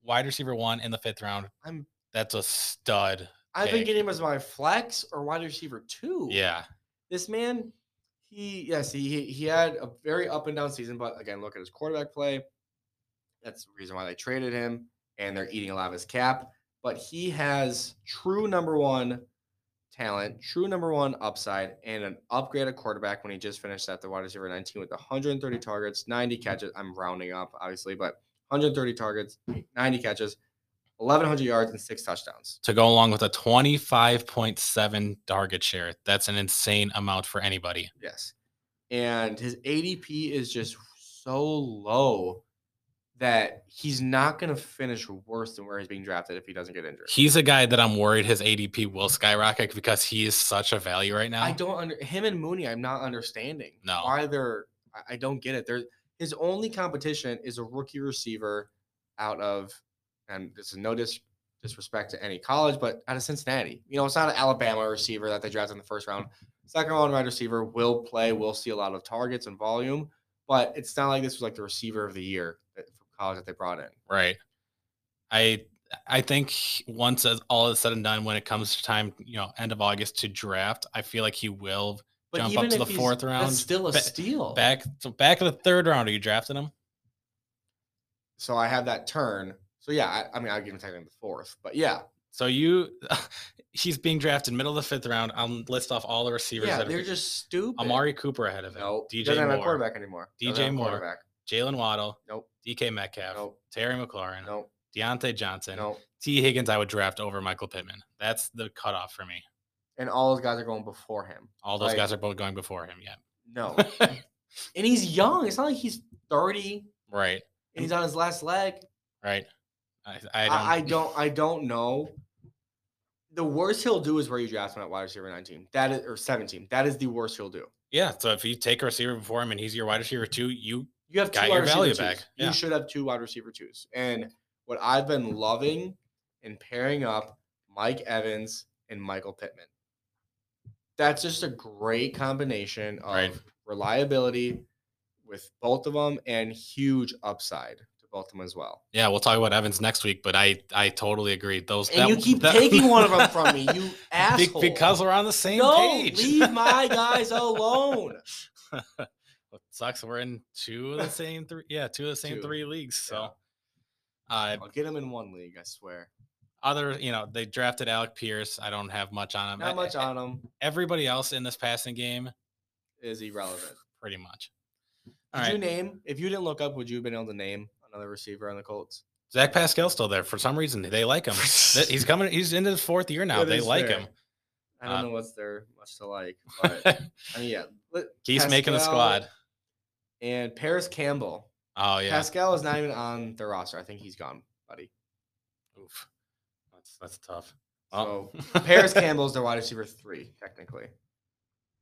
S1: wide receiver one in the fifth round.
S2: I'm-
S1: That's a stud.
S2: I've been
S1: pick.
S2: getting him as my flex or wide receiver two.
S1: Yeah.
S2: This man, he yes, he he- he had a very up and down season, but again, look at his quarterback play. That's the reason why they traded him, and they're eating a lot of his cap. But he has true number one talent, true number one upside, and an upgrade at quarterback when he just finished at the wide receiver 19 with 130 targets, 90 catches. I'm rounding up, obviously, but 130 targets, 90 catches, 1,100 yards, and six touchdowns.
S1: to go along with a 25.7 target share. That's an insane amount for anybody.
S2: Yes. And his ADP is just so low that he's not going to finish worse than where he's being drafted if he doesn't get injured.
S1: He's a guy that I'm worried his ADP will skyrocket because he is such a value right now.
S2: I don't under him and Mooney. I'm not understanding.
S1: No.
S2: why they're. I- I don't get it. They're his only competition is a rookie receiver out of, and this is no dis, disrespect to any college, but out of Cincinnati. You know, it's not an Alabama receiver that they drafted in the first round. Second round wide receiver will play. Will see a lot of targets and volume, but it's not like this was like the receiver of the year that- from college that they brought in.
S1: Right. I I think he- once as- all is said and done, when it comes to time, you know, end of August to draft, I feel like he will
S2: But
S1: Jump up
S2: even
S1: to the
S2: if he's-
S1: fourth round,
S2: that's still a
S1: ba-
S2: steal.
S1: back so back of the third round. Are you drafting him?
S2: So I have that turn. So yeah, I, I mean, I'll give him technically the fourth, but yeah,
S1: So you, he's being drafted middle of the fifth round. I'll list off all the receivers.
S2: yeah,
S1: that are
S2: they're
S1: good.
S2: just stupid.
S1: Amari Cooper ahead of him.
S2: Nope. He
S1: DJ
S2: doesn't have a
S1: Moore,
S2: quarterback anymore.
S1: DJ
S2: Doesn't have a
S1: Moore.
S2: Quarterback.
S1: Jalen Waddle,
S2: Nope.
S1: DK Metcalf,
S2: Nope.
S1: Terry McLaurin,
S2: Nope.
S1: Deontay Johnson,
S2: Nope.
S1: T. Higgins, I would draft over Michael Pittman. That's the cutoff for me.
S2: And all those guys are going before him.
S1: All those
S2: Like-
S1: guys are both going before him. Yeah.
S2: No. and he's young. It's not like he's 30
S1: right.
S2: and he's on his last leg.
S1: Right. I, I don't.
S2: I, I don't I don't know. The worst he'll do is where you draft him at wide receiver 19. That is or 17. That is the worst he'll do.
S1: yeah. So if you take a receiver before him and he's your wide receiver too, you
S2: You have two
S1: Got
S2: wide
S1: your
S2: receiver
S1: value
S2: twos.
S1: back. Yeah.
S2: You should have two wide receiver twos. And what I've been loving and pairing up Mike Evans and Michael Pittman. That's just a great combination of
S1: Right.
S2: reliability with both of them and huge upside to both of them as well.
S1: yeah. We'll talk about Evans next week, but I I totally agree. Those
S2: And you keep taking one of them from me, you
S1: Be-
S2: asshole.
S1: because we're on the same
S2: no,
S1: page.
S2: leave my guys alone.
S1: What sucks. We're in two of the same three. Yeah, two of the same
S2: Two.
S1: three leagues. So, uh,
S2: I'll get them in one league, I swear.
S1: other, you know, they drafted Alec Pierce. I don't have much on him.
S2: Not
S1: E-
S2: much on them
S1: Everybody else in this passing game,
S2: is irrelevant.
S1: pretty much.
S2: Did
S1: All right,
S2: you name if you didn't look up? Would you have been able to name another receiver on the Colts?
S1: Zach Pascal's still there for some reason. They like him. Th- he's coming. He's into his fourth year now.
S2: That
S1: They
S2: is
S1: like
S2: fair.
S1: him.
S2: I don't
S1: Uh,
S2: know what's there much to like, but I mean, yeah. but-
S1: he's making the
S2: Pascal
S1: squad.
S2: And Paris Campbell.
S1: Oh yeah.
S2: Pascal is not even on the roster. I think he's gone, buddy.
S1: Oof. That's that's tough.
S2: So
S1: Well,
S2: Paris Campbell's the wide receiver three, technically.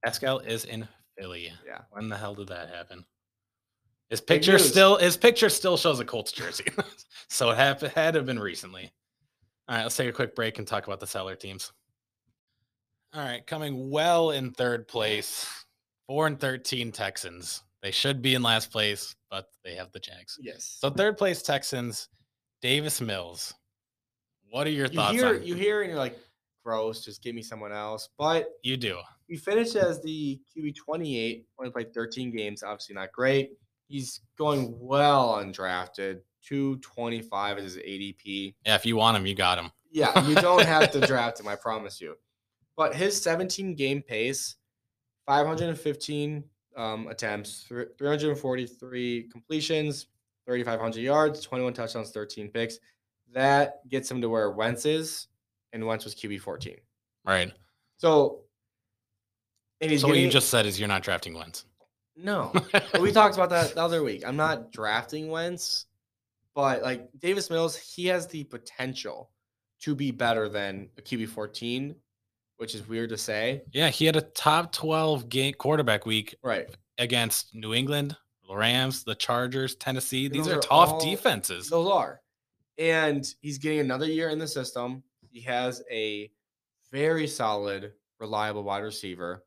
S1: Pascal is in Philly.
S2: Yeah.
S1: When the hell did that happen? His
S2: Big
S1: picture
S2: news.
S1: still his picture still shows a Colts jersey. so it happened had to have been recently. All right, let's take a quick break and talk about the seller teams. All right, coming well in third place, four and thirteen Texans. They should be in last place, but they have the Jags.
S2: Yes.
S1: So third place Texans, Davis Mills. What are your
S2: you
S1: thoughts
S2: hear
S1: on
S2: you hear and you're like, gross. Just give me someone else. But
S1: You do.
S2: he finished as the QB 28, only played 13 games, obviously not great. He's going well undrafted, 225 is his ADP.
S1: Yeah, if you want him, you got him.
S2: Yeah, you don't have to draft him, I promise you. But his 17 game pace, 515 um, attempts, thr- 343 completions, 3,500 yards, 21 touchdowns, 13 picks. That gets him to where Wentz is, and Wentz was QB 14.
S1: Right.
S2: So, and he's
S1: so what you
S2: getting-
S1: just said is you're not drafting Wentz.
S2: no. we talked about that the other week. I'm not drafting Wentz, but like Davis Mills, he has the potential to be better than a QB 14, which is weird to say.
S1: yeah, he had a top 12 game quarterback week
S2: Right.
S1: against New England, the Rams, the Chargers, Tennessee. These
S2: Those
S1: are,
S2: are
S1: tough
S2: all-
S1: defenses.
S2: Those are. And he's getting another year in the system. He has a very solid, reliable wide receiver.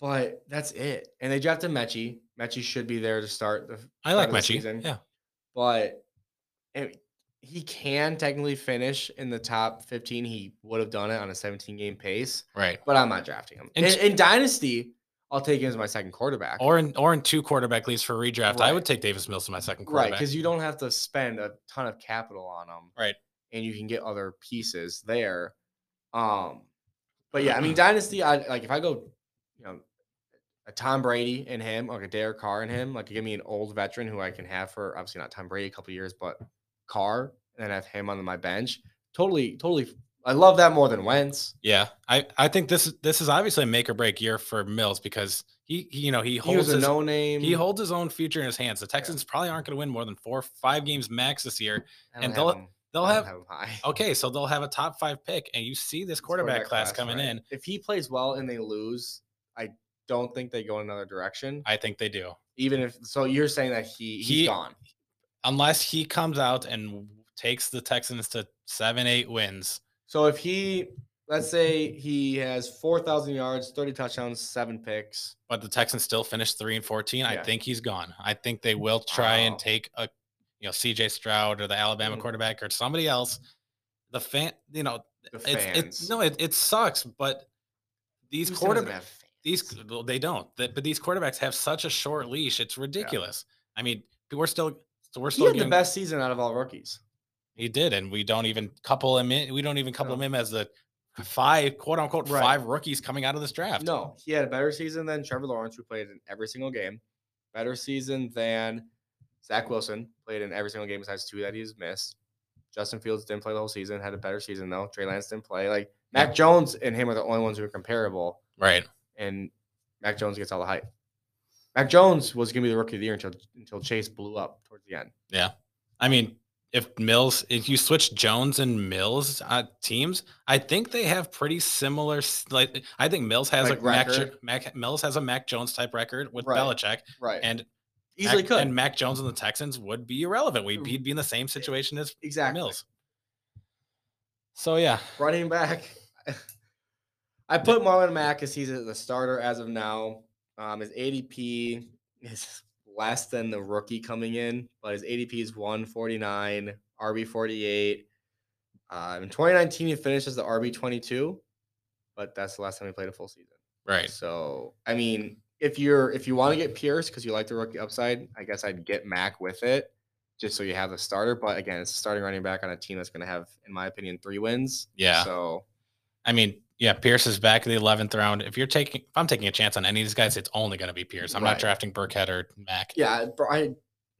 S2: But that's it. And they drafted Mechie. Mechie should be there to start the
S1: I like
S2: of the
S1: Mechie.
S2: season.
S1: Yeah.
S2: but it, he can technically finish in the top 15. He would have done it on a 17 game pace,
S1: Right.
S2: but I'm not drafting him.
S1: And
S2: In,
S1: t-
S2: in Dynasty, I'll take him as my second quarterback.
S1: Or in or in two quarterback leads for redraft, I
S2: Right.
S1: would take Davis Mills to my second
S2: right,
S1: quarterback.
S2: because you don't have to spend a ton of capital on him.
S1: Right.
S2: And you can get other pieces there. Um, but yeah, I mean Dynasty, I like if I go, you know, a Tom Brady and him, like a Derek Carr and him, like give me an old veteran who I can have for obviously not Tom Brady a couple years, but Carr, and then have him on my bench. Totally, totally I love that more than Wentz.
S1: yeah. I, I think this is this is obviously a make or break year for Mills because he, he you know he
S2: He was
S1: holds
S2: a
S1: his
S2: no name.
S1: he holds his own future in his hands. The Texans probably aren't going to win more than four, five games max this year. and they'll- They'll have
S2: him high.
S1: okay, so they'll have a top five pick, and you see this quarterback, class, coming
S2: right.
S1: in.
S2: If he plays well and they lose, I don't think they go another direction.
S1: I think they do,
S2: Even if so, you're saying that he he's
S1: He-
S2: gone.
S1: unless he comes out and takes the Texans to seven, eight wins.
S2: So if he let's say he has four thousand yards, thirty touchdowns, seven picks.
S1: But the Texans still finish three and fourteen. I
S2: Yeah.
S1: think he's gone. I think they will try and
S2: Wow.
S1: take a, you know, C.J. Stroud or the Alabama
S2: Mm.
S1: quarterback or somebody else. The fan, you know,
S2: The
S1: it's,
S2: fans.
S1: it's no, it, it sucks, but these
S2: Houston doesn't
S1: quarterbacks.
S2: have fans.
S1: these well, they don't Th- but these quarterbacks have such a short leash it's ridiculous i mean we're still so we're
S2: he
S1: still
S2: had
S1: getting,
S2: the best season out of all rookies.
S1: he did and we don't even couple him in we don't even couple
S2: No.
S1: him in as the five quote unquote
S2: Right.
S1: five rookies coming out of this draft
S2: No, he had a better season than Trevor Lawrence, who played in every single game. Better season than Zach Wilson, played in every single game besides two that he's missed. Justin Fields didn't play the whole season, had a better season though. Trey Lance didn't play. Like Mac Jones and him are the only ones who are comparable,
S1: right
S2: and Mac Jones gets all the hype. Mac Jones was gonna be the rookie of the year until until Chase blew up towards the end.
S1: i mean if mills if you switch jones and mills uh, teams i think they have pretty similar s- like i think mills has
S2: Like
S1: a mac, Jo-
S2: record?
S1: mac mills has a mac jones type record with
S2: Right.
S1: belichick
S2: Right.
S1: and
S2: easily
S1: mac,
S2: could.
S1: and mac jones and the texans would be irrelevant we'd
S2: Mm.
S1: be, be in the same situation as
S2: exactly.
S1: Mills. So yeah,
S2: running back. I put Marlon Mack as he's the starter as of now. Um, his ADP is less than the rookie coming in, but his ADP is 149, RB 48. Uh, in 2019, he finished as the RB 22, but that's the last time he played a full season.
S1: right.
S2: So, I mean, if you're if you want to get Pierce because you like the rookie upside, I guess I'd get Mac with it, just so you have the starter. But again, it's a starting running back on a team that's going to have, in my opinion, three wins.
S1: Yeah,
S2: So
S1: I mean, yeah. Pierce is back in the eleventh round. If you're taking, if I'm taking a chance on any of these guys, it's only going to be Pierce. I'm not
S2: Right.
S1: drafting Burkhead or Mac.
S2: yeah, Bur- I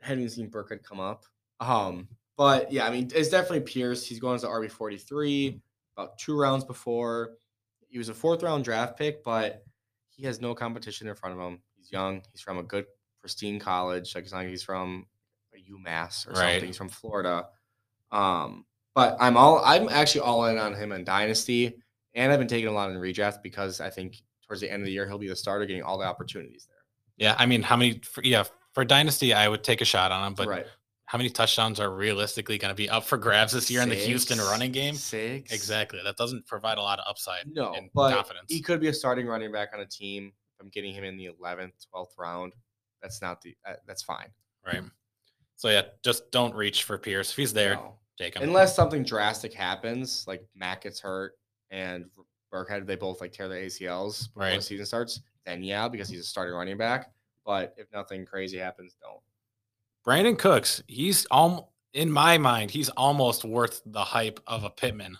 S2: hadn't even seen Burkhead come up. Um, but yeah, I mean, it's definitely Pierce. He's going as the RB forty three
S1: Mm.
S2: about two rounds before. He was a fourth round draft pick, but he has no competition in front of him. He's young. He's from a good, pristine college. Like it's not like he's from a UMass or
S1: Right.
S2: something. He's from Florida. Um, but I'm all I'm actually all in on him in Dynasty, and I've been taking a lot in redraft because I think towards the end of the year he'll be the starter, getting all the opportunities there.
S1: Yeah, I mean, how many? For, yeah, for dynasty, I would take a shot on him, but
S2: right.
S1: how many touchdowns are realistically going to be up for grabs this year in the Houston
S2: Six.
S1: running game?
S2: Six.
S1: Exactly. That doesn't provide a lot of upside.
S2: No,
S1: and
S2: but
S1: confidence.
S2: he could be a starting running back on a team. If I'm getting him in the 11th, 12th round, that's not the uh, that's fine.
S1: right. So yeah, just don't reach for Pierce. If he's there,
S2: No.
S1: take him.
S2: Unless something drastic happens, like Mac gets hurt and Burkhead, they both like tear their ACLs before
S1: Right.
S2: the season starts, then yeah, because he's a starting running back. But if nothing crazy happens, don't.
S1: Brandon Cooks, he's all in my mind, he's almost worth the hype of a Pittman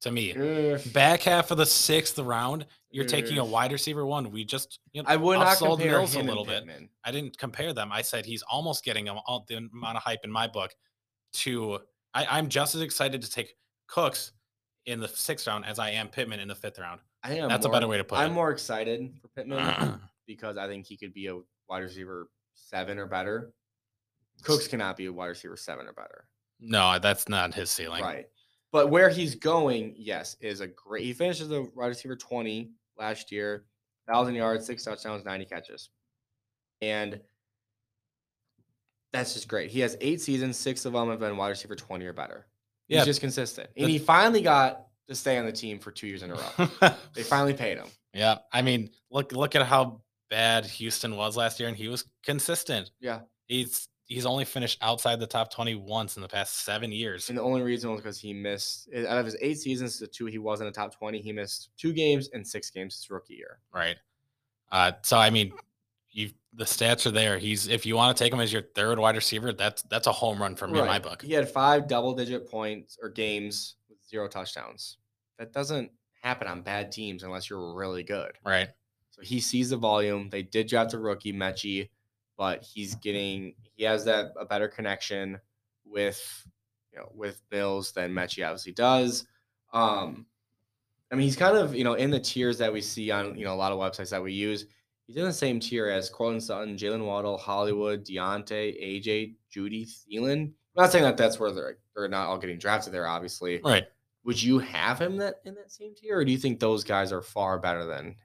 S1: to me. Back half of the sixth round, you're taking a
S2: Ugh.
S1: wide receiver one. We just, you know,
S2: I would not
S1: Upsold
S2: compare
S1: Mills a
S2: him a
S1: little
S2: little
S1: bit.
S2: Pittman. bit.
S1: I didn't compare them. I said he's almost getting him all the amount of hype in my book. To I, I'm just as excited to take Cooks in the sixth round as I am Pittman in the fifth round.
S2: I think I'm
S1: That's a
S2: more-
S1: better way to put
S2: I'm
S1: it.
S2: more excited for Pittman because I think he could be a wide receiver seven or better. Cooks cannot be a wide receiver seven or better.
S1: no, that's not his ceiling.
S2: right. But where he's going, yes, is a great. He finished as a wide receiver 20 last year, 1,000 yards, six touchdowns, 90 catches. And that's just great. He has eight seasons, six of them have been wide receiver 20 or better. He's
S1: Yeah.
S2: just consistent. And he finally got to stay on the team for two years in a row. they finally paid him.
S1: yeah. I mean, look look at how bad Houston was last year, and he was consistent.
S2: Yeah.
S1: He's he's only finished outside the top twenty once in the past seven years.
S2: And the only reason was because he missed eh, out of his eight seasons, the two he was in the top 20, he missed two games and six games his rookie year.
S1: right? Uh, so I mean, you the stats are there. He's if you want to take him as your third wide receiver, that's that's a home run for me in my
S2: Right.
S1: book.
S2: He had five double digit points or games with zero touchdowns. That doesn't happen on bad teams unless you're really good.
S1: Right?
S2: So he sees the volume. They did draft a rookie, Mechie, but he's getting he has that a better connection with you know with Bills than Mechie obviously does. Um I mean he's kind of, you know, in the tiers that we see on you know a lot of websites that we use. He's in the same tier as Cortland Sutton, Jalen Waddle, Hollywood, Deontay, AJ, Judy, Thielen. I'm not saying that that's where they're they're not all getting drafted there, obviously.
S1: Right.
S2: Would you have him that in that same tier, or do you think those guys are far better than him?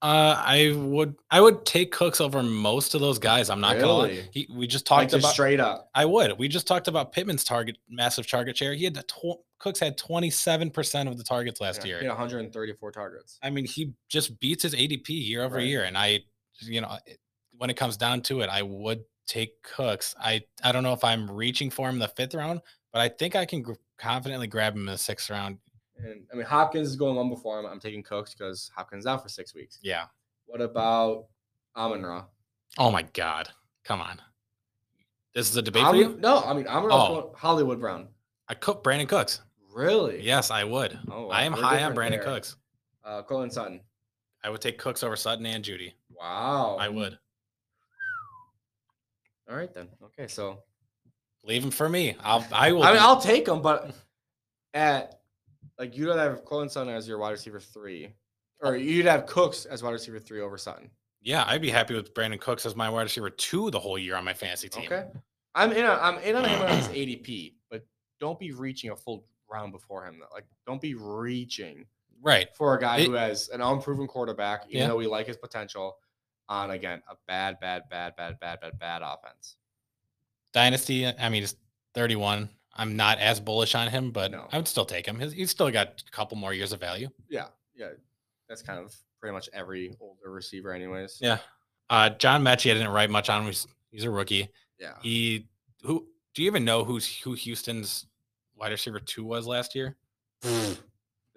S1: Uh, I would I would take Cooks over most of those guys. I'm not gonna. Lie.
S2: Really?
S1: He, we just
S2: Like
S1: talked
S2: just
S1: about.
S2: straight up.
S1: I would. We just talked about Pittman's target massive target share. He had the tw- Cooks had 27 percent of the targets last
S2: Yeah,
S1: year.
S2: He had 134 targets.
S1: I mean, he just beats his ADP year over
S2: Right.
S1: year. And I, you know, it- when it comes down to it, I would take Cooks. I, I don't know if I'm reaching for him in the fifth round, but I think I can gr- confidently grab him in the sixth round.
S2: And I mean, Hopkins is going one before him. I'm taking Cooks because Hopkins is out for six weeks.
S1: Yeah.
S2: What about Amon Ra?
S1: Oh my God. Come on. This is a debate for
S2: Amon-
S1: you.
S2: No, I mean, Amon
S1: Oh.
S2: Ra, Hollywood Brown.
S1: I cook Brandon Cooks.
S2: Really?
S1: Yes, I would.
S2: Oh, wow,
S1: I am
S2: we're
S1: high on
S2: different
S1: Brandon
S2: there.
S1: Cooks.
S2: Uh, Colin Sutton.
S1: I would take Cooks over Sutton and Judy.
S2: Wow.
S1: I would
S2: All right, then. Okay, so
S1: leave him for me. I'll, I will.
S2: I mean,
S1: be-
S2: I'll take him, but at like you don't have Colin Sutton as your wide receiver three,
S1: Oh.
S2: or you'd have Cooks as wide receiver three over Sutton.
S1: yeah, I'd be happy with Brandon Cooks as my wide receiver two the whole year on my fantasy team.
S2: Okay. I'm in on I'm in on him on his ADP, but don't be reaching a full round before him. Though. Like don't be reaching
S1: Right.
S2: for a guy
S1: It-
S2: who has an unproven quarterback, even
S1: Yeah.
S2: though we like his potential, on again a bad, bad, bad, bad, bad, bad, bad offense.
S1: Dynasty, I mean, he's 31. I'm not as bullish on him, but
S2: No.
S1: I would still take him. He's, he's still got a couple more years of value.
S2: Yeah, yeah. That's kind of pretty much every older receiver, anyways.
S1: Yeah. Uh, John Mechie, I didn't write much on him. He's, he's a rookie.
S2: Yeah.
S1: He, who, do you even know who's who Houston's wide receiver two was last year?
S2: Do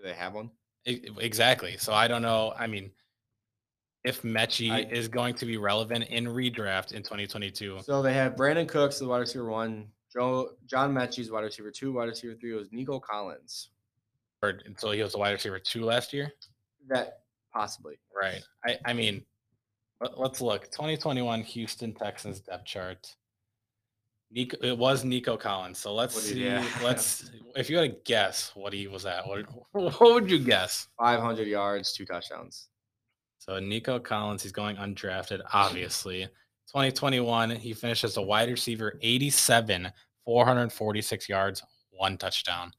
S2: they have one?
S1: E- exactly. So I don't know. I mean, if Mechie
S2: I-
S1: is going to be relevant in redraft in 2022,
S2: So they have Brandon Cooks, the wide receiver one. Joe John Mechie's wide receiver two, wide receiver three was Nico Collins.
S1: or until he was a wide receiver two last year.
S2: That possibly.
S1: Right. I, I mean, let, let's look. 2021 Houston Texans depth chart. Nico, it was Nico Collins. So let's
S2: What did
S1: see.
S2: he have?
S1: Let's. If you had to guess what he was at, what, what would you guess?
S2: 500 yards, two touchdowns.
S1: So Nico Collins, he's going undrafted, obviously. 2021, he finished as a wide receiver, 87, 446 yards, one touchdown.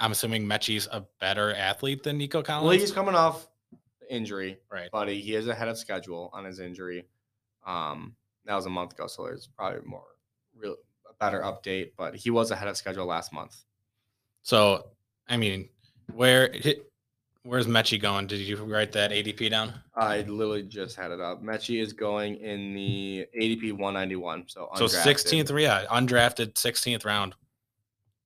S1: I'm assuming Mechie's a better athlete than Nico Collins.
S2: Well, he's coming off injury,
S1: right.
S2: buddy. He is ahead of schedule on his injury. Um, that was a month ago, so there's probably more real a better update. But he was ahead of schedule last month.
S1: So, I mean, where hi- where's Mechie going? Did you write that ADP down?
S2: I literally just had it up. Mechie is going in the ADP 191, so
S1: So
S2: undrafted.
S1: 16th, yeah, undrafted 16th round.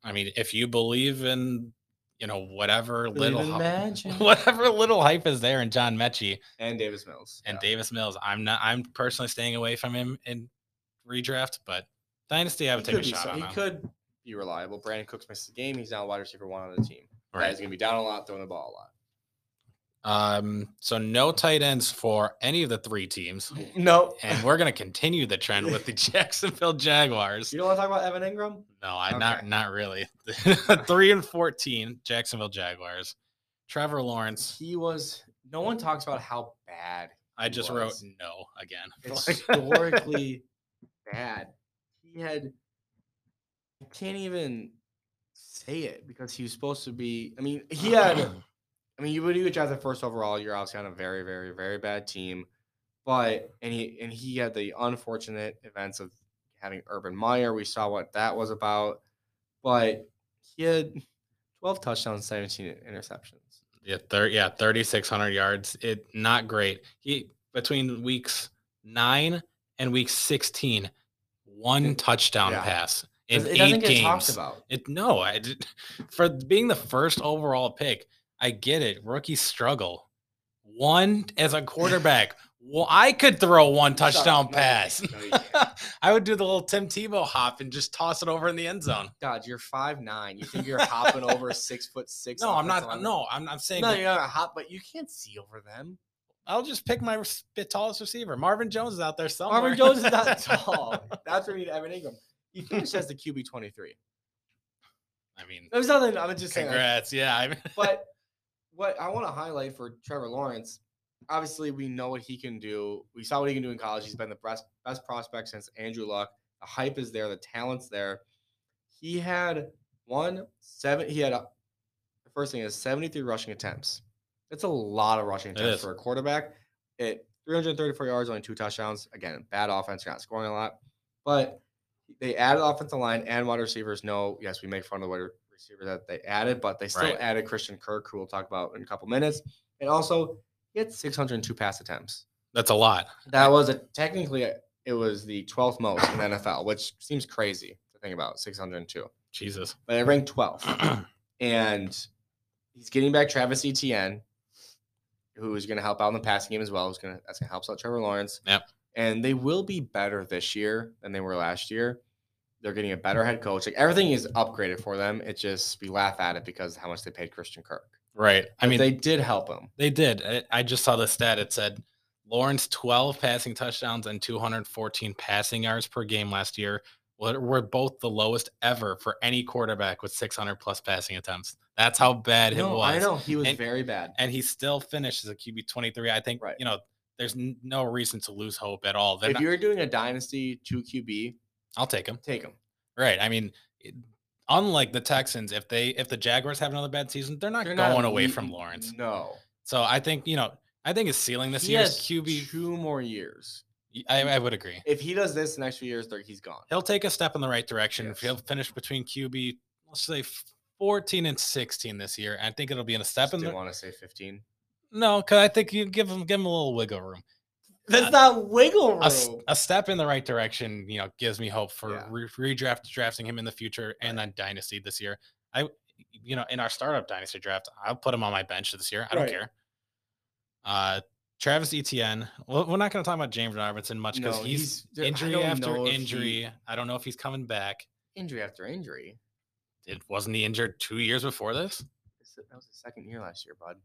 S1: I mean, if you believe in you know whatever
S2: Believe
S1: little
S2: in
S1: hy-
S2: magic.
S1: whatever little hype is there in John Mechie
S2: and Davis Mills.
S1: and
S2: yeah.
S1: Davis Mills. I'm not. I'm personally staying away from him in redraft, but dynasty, I would
S2: He
S1: take a
S2: could be
S1: shot
S2: some-
S1: on.
S2: He
S1: him.
S2: could be reliable. Brandon Cooks missed the game. He's now wide receiver one on the team. Right.
S1: Right.
S2: He's going to be down a lot, throwing the ball a lot.
S1: Um. So no tight ends for any of the three teams,
S2: No.
S1: and we're gonna continue the trend with the Jacksonville Jaguars.
S2: You don't want to talk about Evan Ingram?
S1: No, I
S2: Okay.
S1: not not really. Three and fourteen, Jacksonville Jaguars. Trevor Lawrence.
S2: He was. No one talks about how bad.
S1: I
S2: He
S1: just wrote
S2: was.
S1: no again. Like,
S2: Historically bad. He had. I can't even say it because he was supposed to be. I mean, he had. I mean, you would you draft the first overall. You're obviously on a very, very, very bad team, but and he and he had the unfortunate events of having Urban Meyer. We saw what that was about, but he had 12 touchdowns, 17 interceptions.
S1: yeah, thir- yeah, thirty six hundred yards. It not great. He between weeks nine and week sixteen, one
S2: It-
S1: touchdown
S2: yeah.
S1: pass
S2: It
S1: in
S2: doesn't
S1: eight
S2: get talked
S1: games.
S2: about.
S1: It no, I did, for being the first overall pick, I get it. Rookies struggle. One as a quarterback, well, I could throw one
S2: Shut
S1: touchdown
S2: up. No, you
S1: pass.
S2: can't. No, you can't.
S1: I would do the little Tim Tebow hop and just toss it over in the end zone.
S2: God, you're five nine. You think you're hopping over six foot six?
S1: No, I'm
S2: offensive
S1: not.
S2: linemen?
S1: No, I'm, I'm saying
S2: no,
S1: that
S2: you're not hop, but you can't see over them.
S1: I'll just pick my res- tallest receiver. Marvin Jones is out there somewhere.
S2: Marvin Jones is not tall. That's where we need Evan Ingram. He finished as the QB twenty three.
S1: I mean,
S2: There's nothing. I'm just saying. like,
S1: congrats. Yeah, I mean,
S2: But what I want to highlight for Trevor Lawrence, obviously we know what he can do. We saw what he can do in college. He's been the best best prospect since Andrew Luck. The hype is there. The talent's there. He had one seven. He had a, the first thing is seventy three rushing attempts. That's a lot of rushing
S1: It
S2: attempts
S1: is.
S2: for a quarterback. It three hundred thirty four yards, only two touchdowns. Again, bad offense. You're not scoring a lot, but they added offensive line and wide receivers. No, yes, we make fun of the wide receiver that they added, but they still
S1: Right.
S2: added Christian Kirk, who we'll talk about in a couple minutes. And also, he had 602 pass attempts.
S1: that's a lot.
S2: That was a, technically it was the 12th most in the NFL, which seems crazy to think about 602,
S1: Jesus.
S2: but it ranked 12th. And he's getting back Travis Etienne, who is going to help out in the passing game as well. Who's going to that's going to help out Trevor Lawrence.
S1: Yep.
S2: And they will be better this year than they were last year. They're getting a better head coach. Like everything is upgraded for them. It just we laugh at it because of how much they paid Christian Kirk.
S1: right. I
S2: But
S1: mean,
S2: they
S1: they,
S2: did help him.
S1: they did. I, I just saw the stat. It said Lawrence 12 passing touchdowns and 214 passing yards per game last year were, were both the lowest ever for any quarterback with 600 plus passing attempts. That's how bad it
S2: No,
S1: was.
S2: I know he was
S1: And-
S2: very bad.
S1: and he still finished as a QB 23. I think,
S2: Right.
S1: you know, there's n- no reason to lose hope at all. They're
S2: if
S1: not-
S2: you're doing a dynasty two QB,
S1: I'll take him.
S2: take him.
S1: Right. I mean, it- unlike the Texans, if they if the Jaguars have another bad season, they're not
S2: They're not
S1: going away
S2: le-
S1: from Lawrence.
S2: No,
S1: So I think, you know, I think his ceiling this
S2: He
S1: year
S2: has
S1: is QB.
S2: two more years.
S1: I, I would agree.
S2: If he does this the next few years, there- he's gone.
S1: He'll take a step in the right direction.
S2: Yes.
S1: He'll finish between QB, let's say 14 and 16 this year. I think it'll be in a step in
S2: Didn't
S1: the
S2: want to say 15.
S1: no, because I think you give him give him a little wiggle room.
S2: That's not wiggle room.
S1: Uh, a, s- a step in the right direction, you know, gives me hope for
S2: Yeah.
S1: re- redraft drafting him in the future and then dynasty this year. I, you know, in our startup dynasty draft, I'll put him on my bench this year. I don't
S2: Right.
S1: care. Uh, Travis Etienne. Well, we're not going to talk about James Robinson much because
S2: No,
S1: he's,
S2: he's- I
S1: injury
S2: don't
S1: after
S2: know if he-
S1: injury. I don't know if he's coming back.
S2: injury after injury.
S1: It wasn't he injured two years before this?
S2: This- That was his second year last year, bud.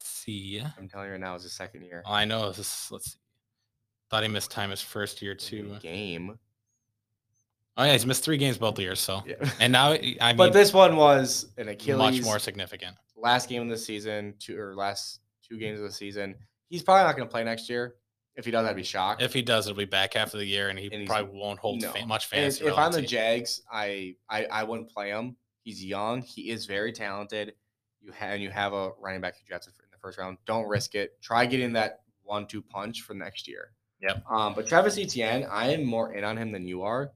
S1: Let's see,
S2: I'm telling you right now, it was his second year.
S1: All Oh, I know is this, let's see. Thought he missed time his first year
S2: Every
S1: too.
S2: game.
S1: Oh yeah, he's missed three games both years. So
S2: Yeah.
S1: and now I mean,
S2: but this one was an Achilles.
S1: much more significant.
S2: last game of the season, two or last two games of the season. He's probably not going to play next year. If he does, I'd be shocked.
S1: If he does, it'll be back half of the year, and he
S2: And he's-
S1: probably won't hold fa-
S2: no.
S1: much
S2: And
S1: fantasy.
S2: if I'm the
S1: relevancy.
S2: Jags, I, I I wouldn't play him. He's young. He is very talented. You ha- and you have a running back who drafted in the first round. Don't risk it. Try getting that one-two punch for next year.
S1: Yep.
S2: Um, but Travis Etienne, I am more in on him than you are.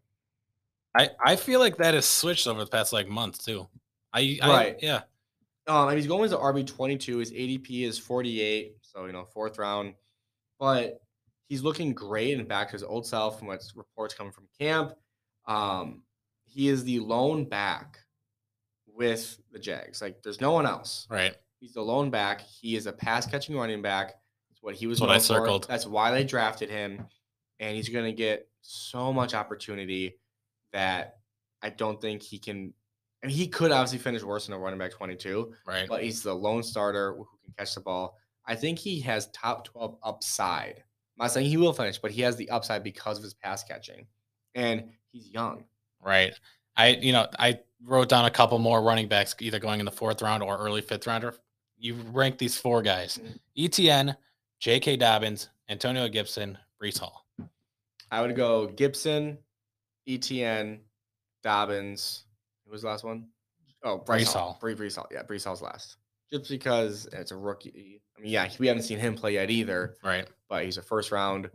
S1: I I feel like that has switched over the past like month too. I, I
S2: Right.
S1: yeah
S2: Um, and he's going as an RB twenty two. His ADP is forty eight, so you know fourth round. But he's looking great and back to his old self from what's reports coming from camp. Um, he is the lone back with the Jags. Like there's no one else.
S1: Right.
S2: He's the lone back. He is a pass catching running back. That's what he was.
S1: That's what I
S2: known for.
S1: circled.
S2: That's why they drafted him, and he's going to get so much opportunity that I don't think he can. I mean, he could obviously finish worse than a running back 22,
S1: Right.
S2: but he's the lone starter who can catch the ball. I think he has top 12 upside. I'm not saying he will finish, but he has the upside because of his pass catching, and he's young.
S1: Right. I you know I wrote down a couple more running backs either going in the fourth round or early fifth rounder. You rank these four guys: E
S2: Mhm.
S1: ETN, J.K. Dobbins, Antonio Gibson, Brees Hall.
S2: I would go Gibson, ETN, Dobbins. Who was the last one? Oh, Bryce
S1: Brees
S2: Hall.
S1: Hall.
S2: Bree Brees Hall. Yeah, Brees Hall's last. Just because it's a rookie. I mean, yeah, we haven't seen him play yet either,
S1: Right.
S2: but he's a first round,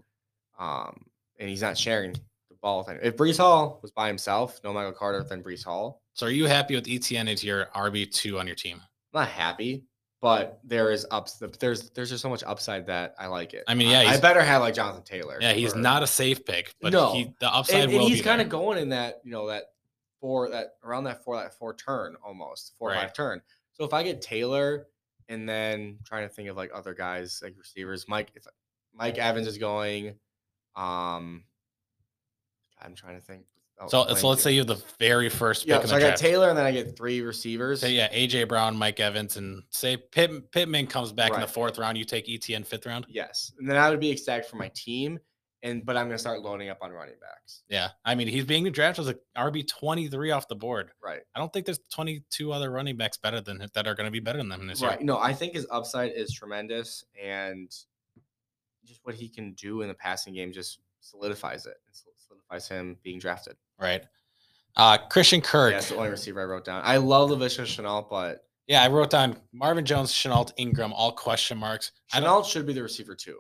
S2: um, and he's not sharing the ball with anyone. If Brees Hall was by himself, no Michael Carter, then Brees Hall.
S1: So are you happy with ETN as your RB two on your team?
S2: I'm not happy, but there is ups. There's there's just so much upside that I like it.
S1: I mean, yeah,
S2: I
S1: he's-
S2: better have like Jonathan Taylor.
S1: Yeah, he's
S2: or-
S1: not a safe pick, but
S2: No.
S1: he, the upside
S2: and, and
S1: will
S2: he's
S1: be there.
S2: kind of going in that you know that four that around that four that four turn almost four or
S1: Right.
S2: five turn. So if I get Taylor and then trying to think of like other guys like receivers, Mike if Mike Evans is going, um, I'm trying to think. without
S1: so so let's say
S2: blanking.
S1: you have the very first pick
S2: yeah,
S1: in
S2: so
S1: the
S2: I got
S1: draft.
S2: Taylor and then I get three receivers.
S1: Say, yeah, AJ Brown, Mike Evans, and say Pittman, Pittman comes back in the
S2: Right.
S1: fourth round. You take ETN fifth round.
S2: Yes, and then I would be ecstatic for my team, and but I'm gonna start loading up on running backs.
S1: Yeah, I mean he's being drafted as a RB twenty three off the board.
S2: Right.
S1: I don't think there's 22 other running backs better than him that are going to be better than him this
S2: Right.
S1: year.
S2: No, I think his upside is tremendous, and just what he can do in the passing game just solidifies it. It solidifies him being drafted.
S1: Right. Uh, Christian Kirk.
S2: That's the only receiver I wrote down. I love Lavisha Chenault, but
S1: yeah, I wrote down Marvin Jones, Chenault, Ingram, all question marks. I don't.
S2: Chenault should be the receiver too.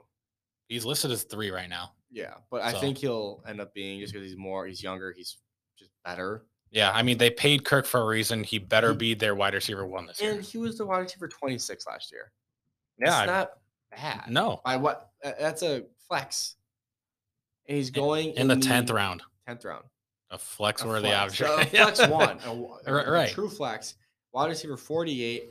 S1: He's listed as three right now.
S2: Yeah, but I
S1: So-
S2: think he'll end up being just because he's more, he's younger, he's just better.
S1: Yeah, I mean they paid Kirk for a reason. He better
S2: He-
S1: be their wide receiver one this year.
S2: And he was the wide receiver twenty six last year.
S1: Yeah, I-
S2: it's not bad.
S1: no,
S2: By what? tha- That's a flex. And he's
S1: In-
S2: going
S1: in the tenth round,
S2: Tenth round.
S1: a flex
S2: a
S1: worthy
S2: flex,
S1: object.
S2: a flex one. A, wa- a
S1: Right, right.
S2: True flex. Wide receiver 48.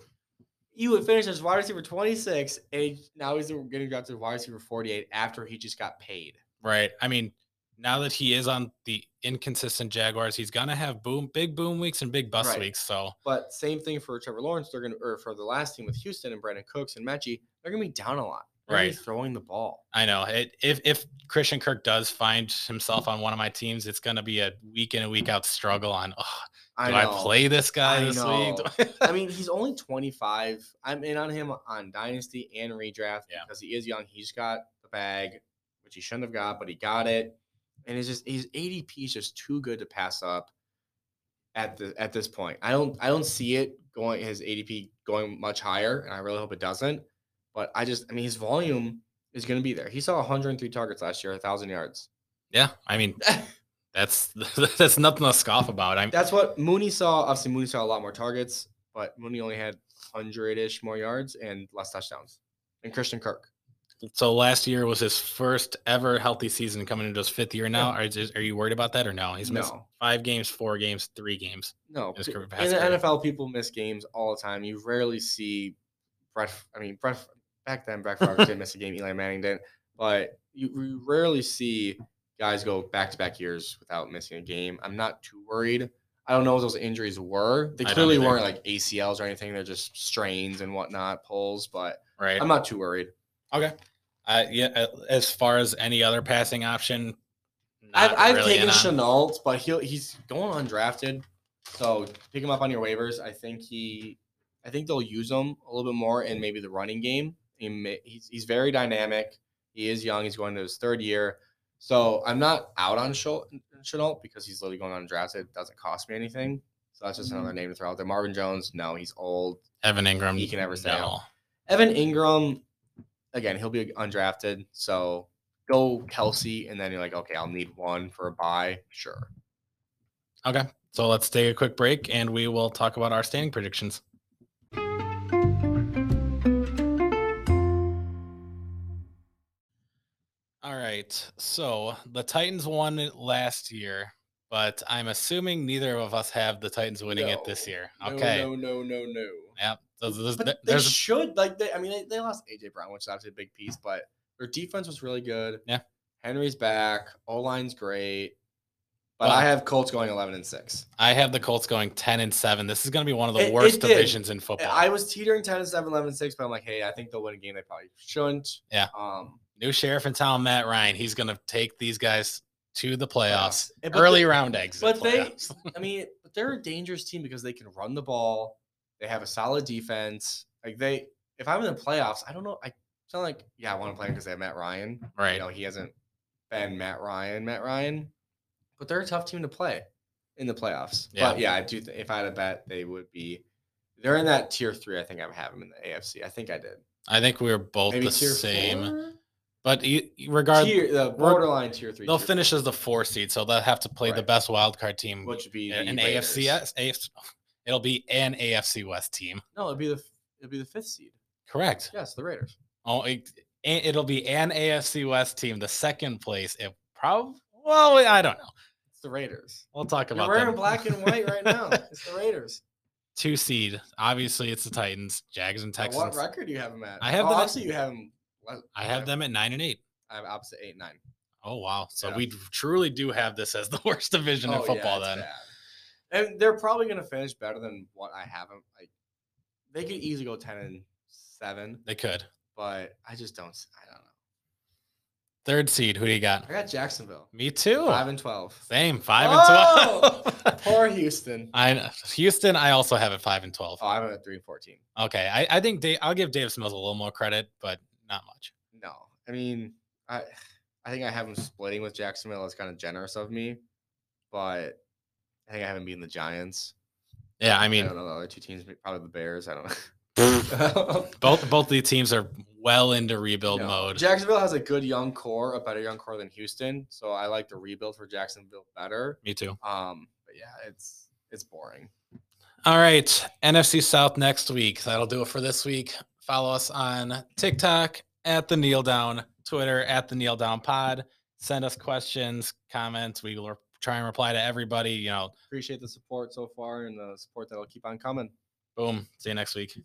S2: He would finish as wide receiver 26, and he- now he's getting drafted to wide receiver 48 after he just got paid.
S1: Right. I mean, now that he is on the inconsistent Jaguars, he's gonna have boom, big boom weeks and big bust
S2: Right.
S1: weeks. So
S2: But same thing for Trevor Lawrence. They're gonna or for the last team with Houston and Brandon Cooks and Mechie, they're gonna be down a lot. They're gonna be throwing the ball.
S1: I know it, if if Christian Kirk does find himself on one of my teams, it's gonna be a week in and week out struggle. On oh, do I,
S2: know.
S1: play this guy
S2: I
S1: this week?
S2: know.
S1: Do I-
S2: I mean, he's only 25. I'm in on him on Dynasty and redraft
S1: Yeah.
S2: because he is young. He's got the bag, which he shouldn't have got, but he got it. And it's just his ADP is just too good to pass up at the at this point. I don't I don't see it going his ADP going much higher, and I really hope it doesn't. But I just I mean his volume is going to be there. He saw 103 targets last year, 1,000 yards.
S1: yeah, I mean that's that's nothing to scoff about. I'm
S2: That's what Mooney saw. Obviously, Mooney saw a lot more targets, but Mooney only had 100 ish more yards and less touchdowns. And Christian Kirk.
S1: so last year was his first ever healthy season, coming into his fifth year now. Are, is- are you worried about that or no? He's missed
S2: no,
S1: five games, four games, three games.
S2: no.
S1: his
S2: p-
S1: career
S2: In
S1: has
S2: the
S1: been-
S2: NFL, people miss games all the time. You rarely see Brett. F- I mean, Brett. F- Back then, Brett Favre didn't miss a game. Eli Manning didn't, but you, you rarely see guys go back to back years without missing a game. I'm not too worried. I don't know what those injuries were. They
S1: I don't
S2: clearly
S1: either.
S2: weren't like ACLs or anything. They're just strains and whatnot, pulls. But
S1: Right.
S2: I'm not too worried.
S1: okay. Uh, yeah. a- As far as any other passing option,
S2: I've,
S1: not
S2: I've
S1: really uh, in
S2: taken
S1: on-
S2: Chenault, but he'll he's going undrafted, so pick him up on your waivers. I think he, I think they'll use him a little bit more in maybe the running game. He may, he's he's very dynamic. He is young. He's going to his third year, so I'm not out on Chel- Chenault because he's literally going undrafted. It doesn't cost me anything. So that's just
S1: Mm-hmm.
S2: another name to throw out there. Marvin Jones, no, he's old.
S1: Evan Ingram.
S2: He can never stay
S1: no.
S2: Evan Ingram, again, he'll be undrafted. So go Kelsey, and then you're like, okay, I'll need one for a buy. Sure.
S1: Okay. So let's take a quick break and we will talk about our standing predictions. All right. So the Titans won it last year, but I'm assuming neither of us have the Titans winning it this
S2: No.
S1: year.
S2: No,
S1: Okay.
S2: No, no, no, no.
S1: Yep. Those- those-
S2: But
S1: there-
S2: they
S1: there's a-
S2: should like they. I mean, they, they lost AJ Brown, which is obviously a big piece, but their defense was really good.
S1: Yeah.
S2: Henry's back. O line's great. But
S1: Well-
S2: I have Colts going eleven and six.
S1: I have the Colts going 10 and 7. This is going to be one of the
S2: It-
S1: worst
S2: it did.
S1: divisions in
S2: I-
S1: football.
S2: I was teetering 10 and 7, 11 and 6, but I'm like, hey, I think they'll win a game they probably shouldn't.
S1: Yeah.
S2: Um,
S1: New sheriff in town, Matt Ryan. He's going to take these guys to the playoffs.
S2: playoffs. But
S1: Early
S2: they-
S1: round exit.
S2: but they-
S1: playoffs.
S2: I mean, but they're a dangerous team because they can run the ball. They have a solid defense. Like they, if I'm in the playoffs, I don't know. I sound like, yeah, I want to play because they have Matt Ryan.
S1: right.
S2: You know, he hasn't been Matt Ryan, Matt Ryan, but they're a tough team to play in the playoffs.
S1: Yeah.
S2: But yeah, I do. Th- if I had a bet, they would be. They're in that tier three. I think I have them in the AFC. I think I did.
S1: I think we were both
S2: Maybe
S1: the
S2: tier
S1: same.
S2: four?
S1: But e- regard,
S2: tier, the borderline tier three.
S1: they'll
S2: tier
S1: finish as the four seed, so they'll have to play the
S2: Right.
S1: best wild card team.
S2: four, which would be the
S1: an
S2: Raiders.
S1: AFC, AFC. It'll be an AFC West team.
S2: No, it'd be the it'd be the fifth seed.
S1: Correct.
S2: Yes, the Raiders.
S1: Oh, it, a- it'll be an AFC West team, the second place. It probably. Well, I don't know.
S2: It's the Raiders.
S1: We'll talk
S2: You're
S1: about
S2: wearing
S1: them.
S2: black and white right now. It's the Raiders.
S1: two seed. Obviously, it's the Titans, Jags, and
S2: Now, Oh, What
S1: Texans.
S2: record do you have them at?
S1: I have
S2: oh,
S1: them at-
S2: obviously you have them.
S1: I have them at nine and eight.
S2: I have opposite eight nine.
S1: Oh wow! So
S2: Yeah.
S1: we truly do have this as the worst division in
S2: Oh, yeah,
S1: football.
S2: it's
S1: then
S2: bad. and they're probably going to finish better than what I have them. Like they could easily go ten and seven,
S1: they could
S2: but I just don't. s- I don't know.
S1: third seed. Who do you got?
S2: I got Jacksonville
S1: Me too.
S2: five and twelve.
S1: Same five
S2: Oh!
S1: and twelve.
S2: Poor Houston.
S1: I know. Houston. I also have it five and twelve.
S2: Oh, I have them at three and fourteen.
S1: Okay, I, I think Dave, I'll give Dave Smells a little more credit, but not much.
S2: No, I mean, I, I think I have him splitting with Jacksonville is kind of generous of me, but I think I haven't beaten the Giants.
S1: Yeah, I
S2: I,
S1: mean,
S2: don't know the other two teams, may- probably the Bears. I don't know.
S1: both both these teams are well into rebuild
S2: No.
S1: mode.
S2: Jacksonville has a good young core, a better young core than Houston, so I like the rebuild for Jacksonville better.
S1: Me too.
S2: Um, but yeah, it's it's boring.
S1: All right, NFC South next week. That'll do it for this week. Follow us on TikTok at the Kneel Down, Twitter at the Kneel Down Pod. Send us questions, comments. We will re- try and reply to everybody. You know,
S2: Appreciate the support so far and the support that'll keep on coming.
S1: boom. See you next week.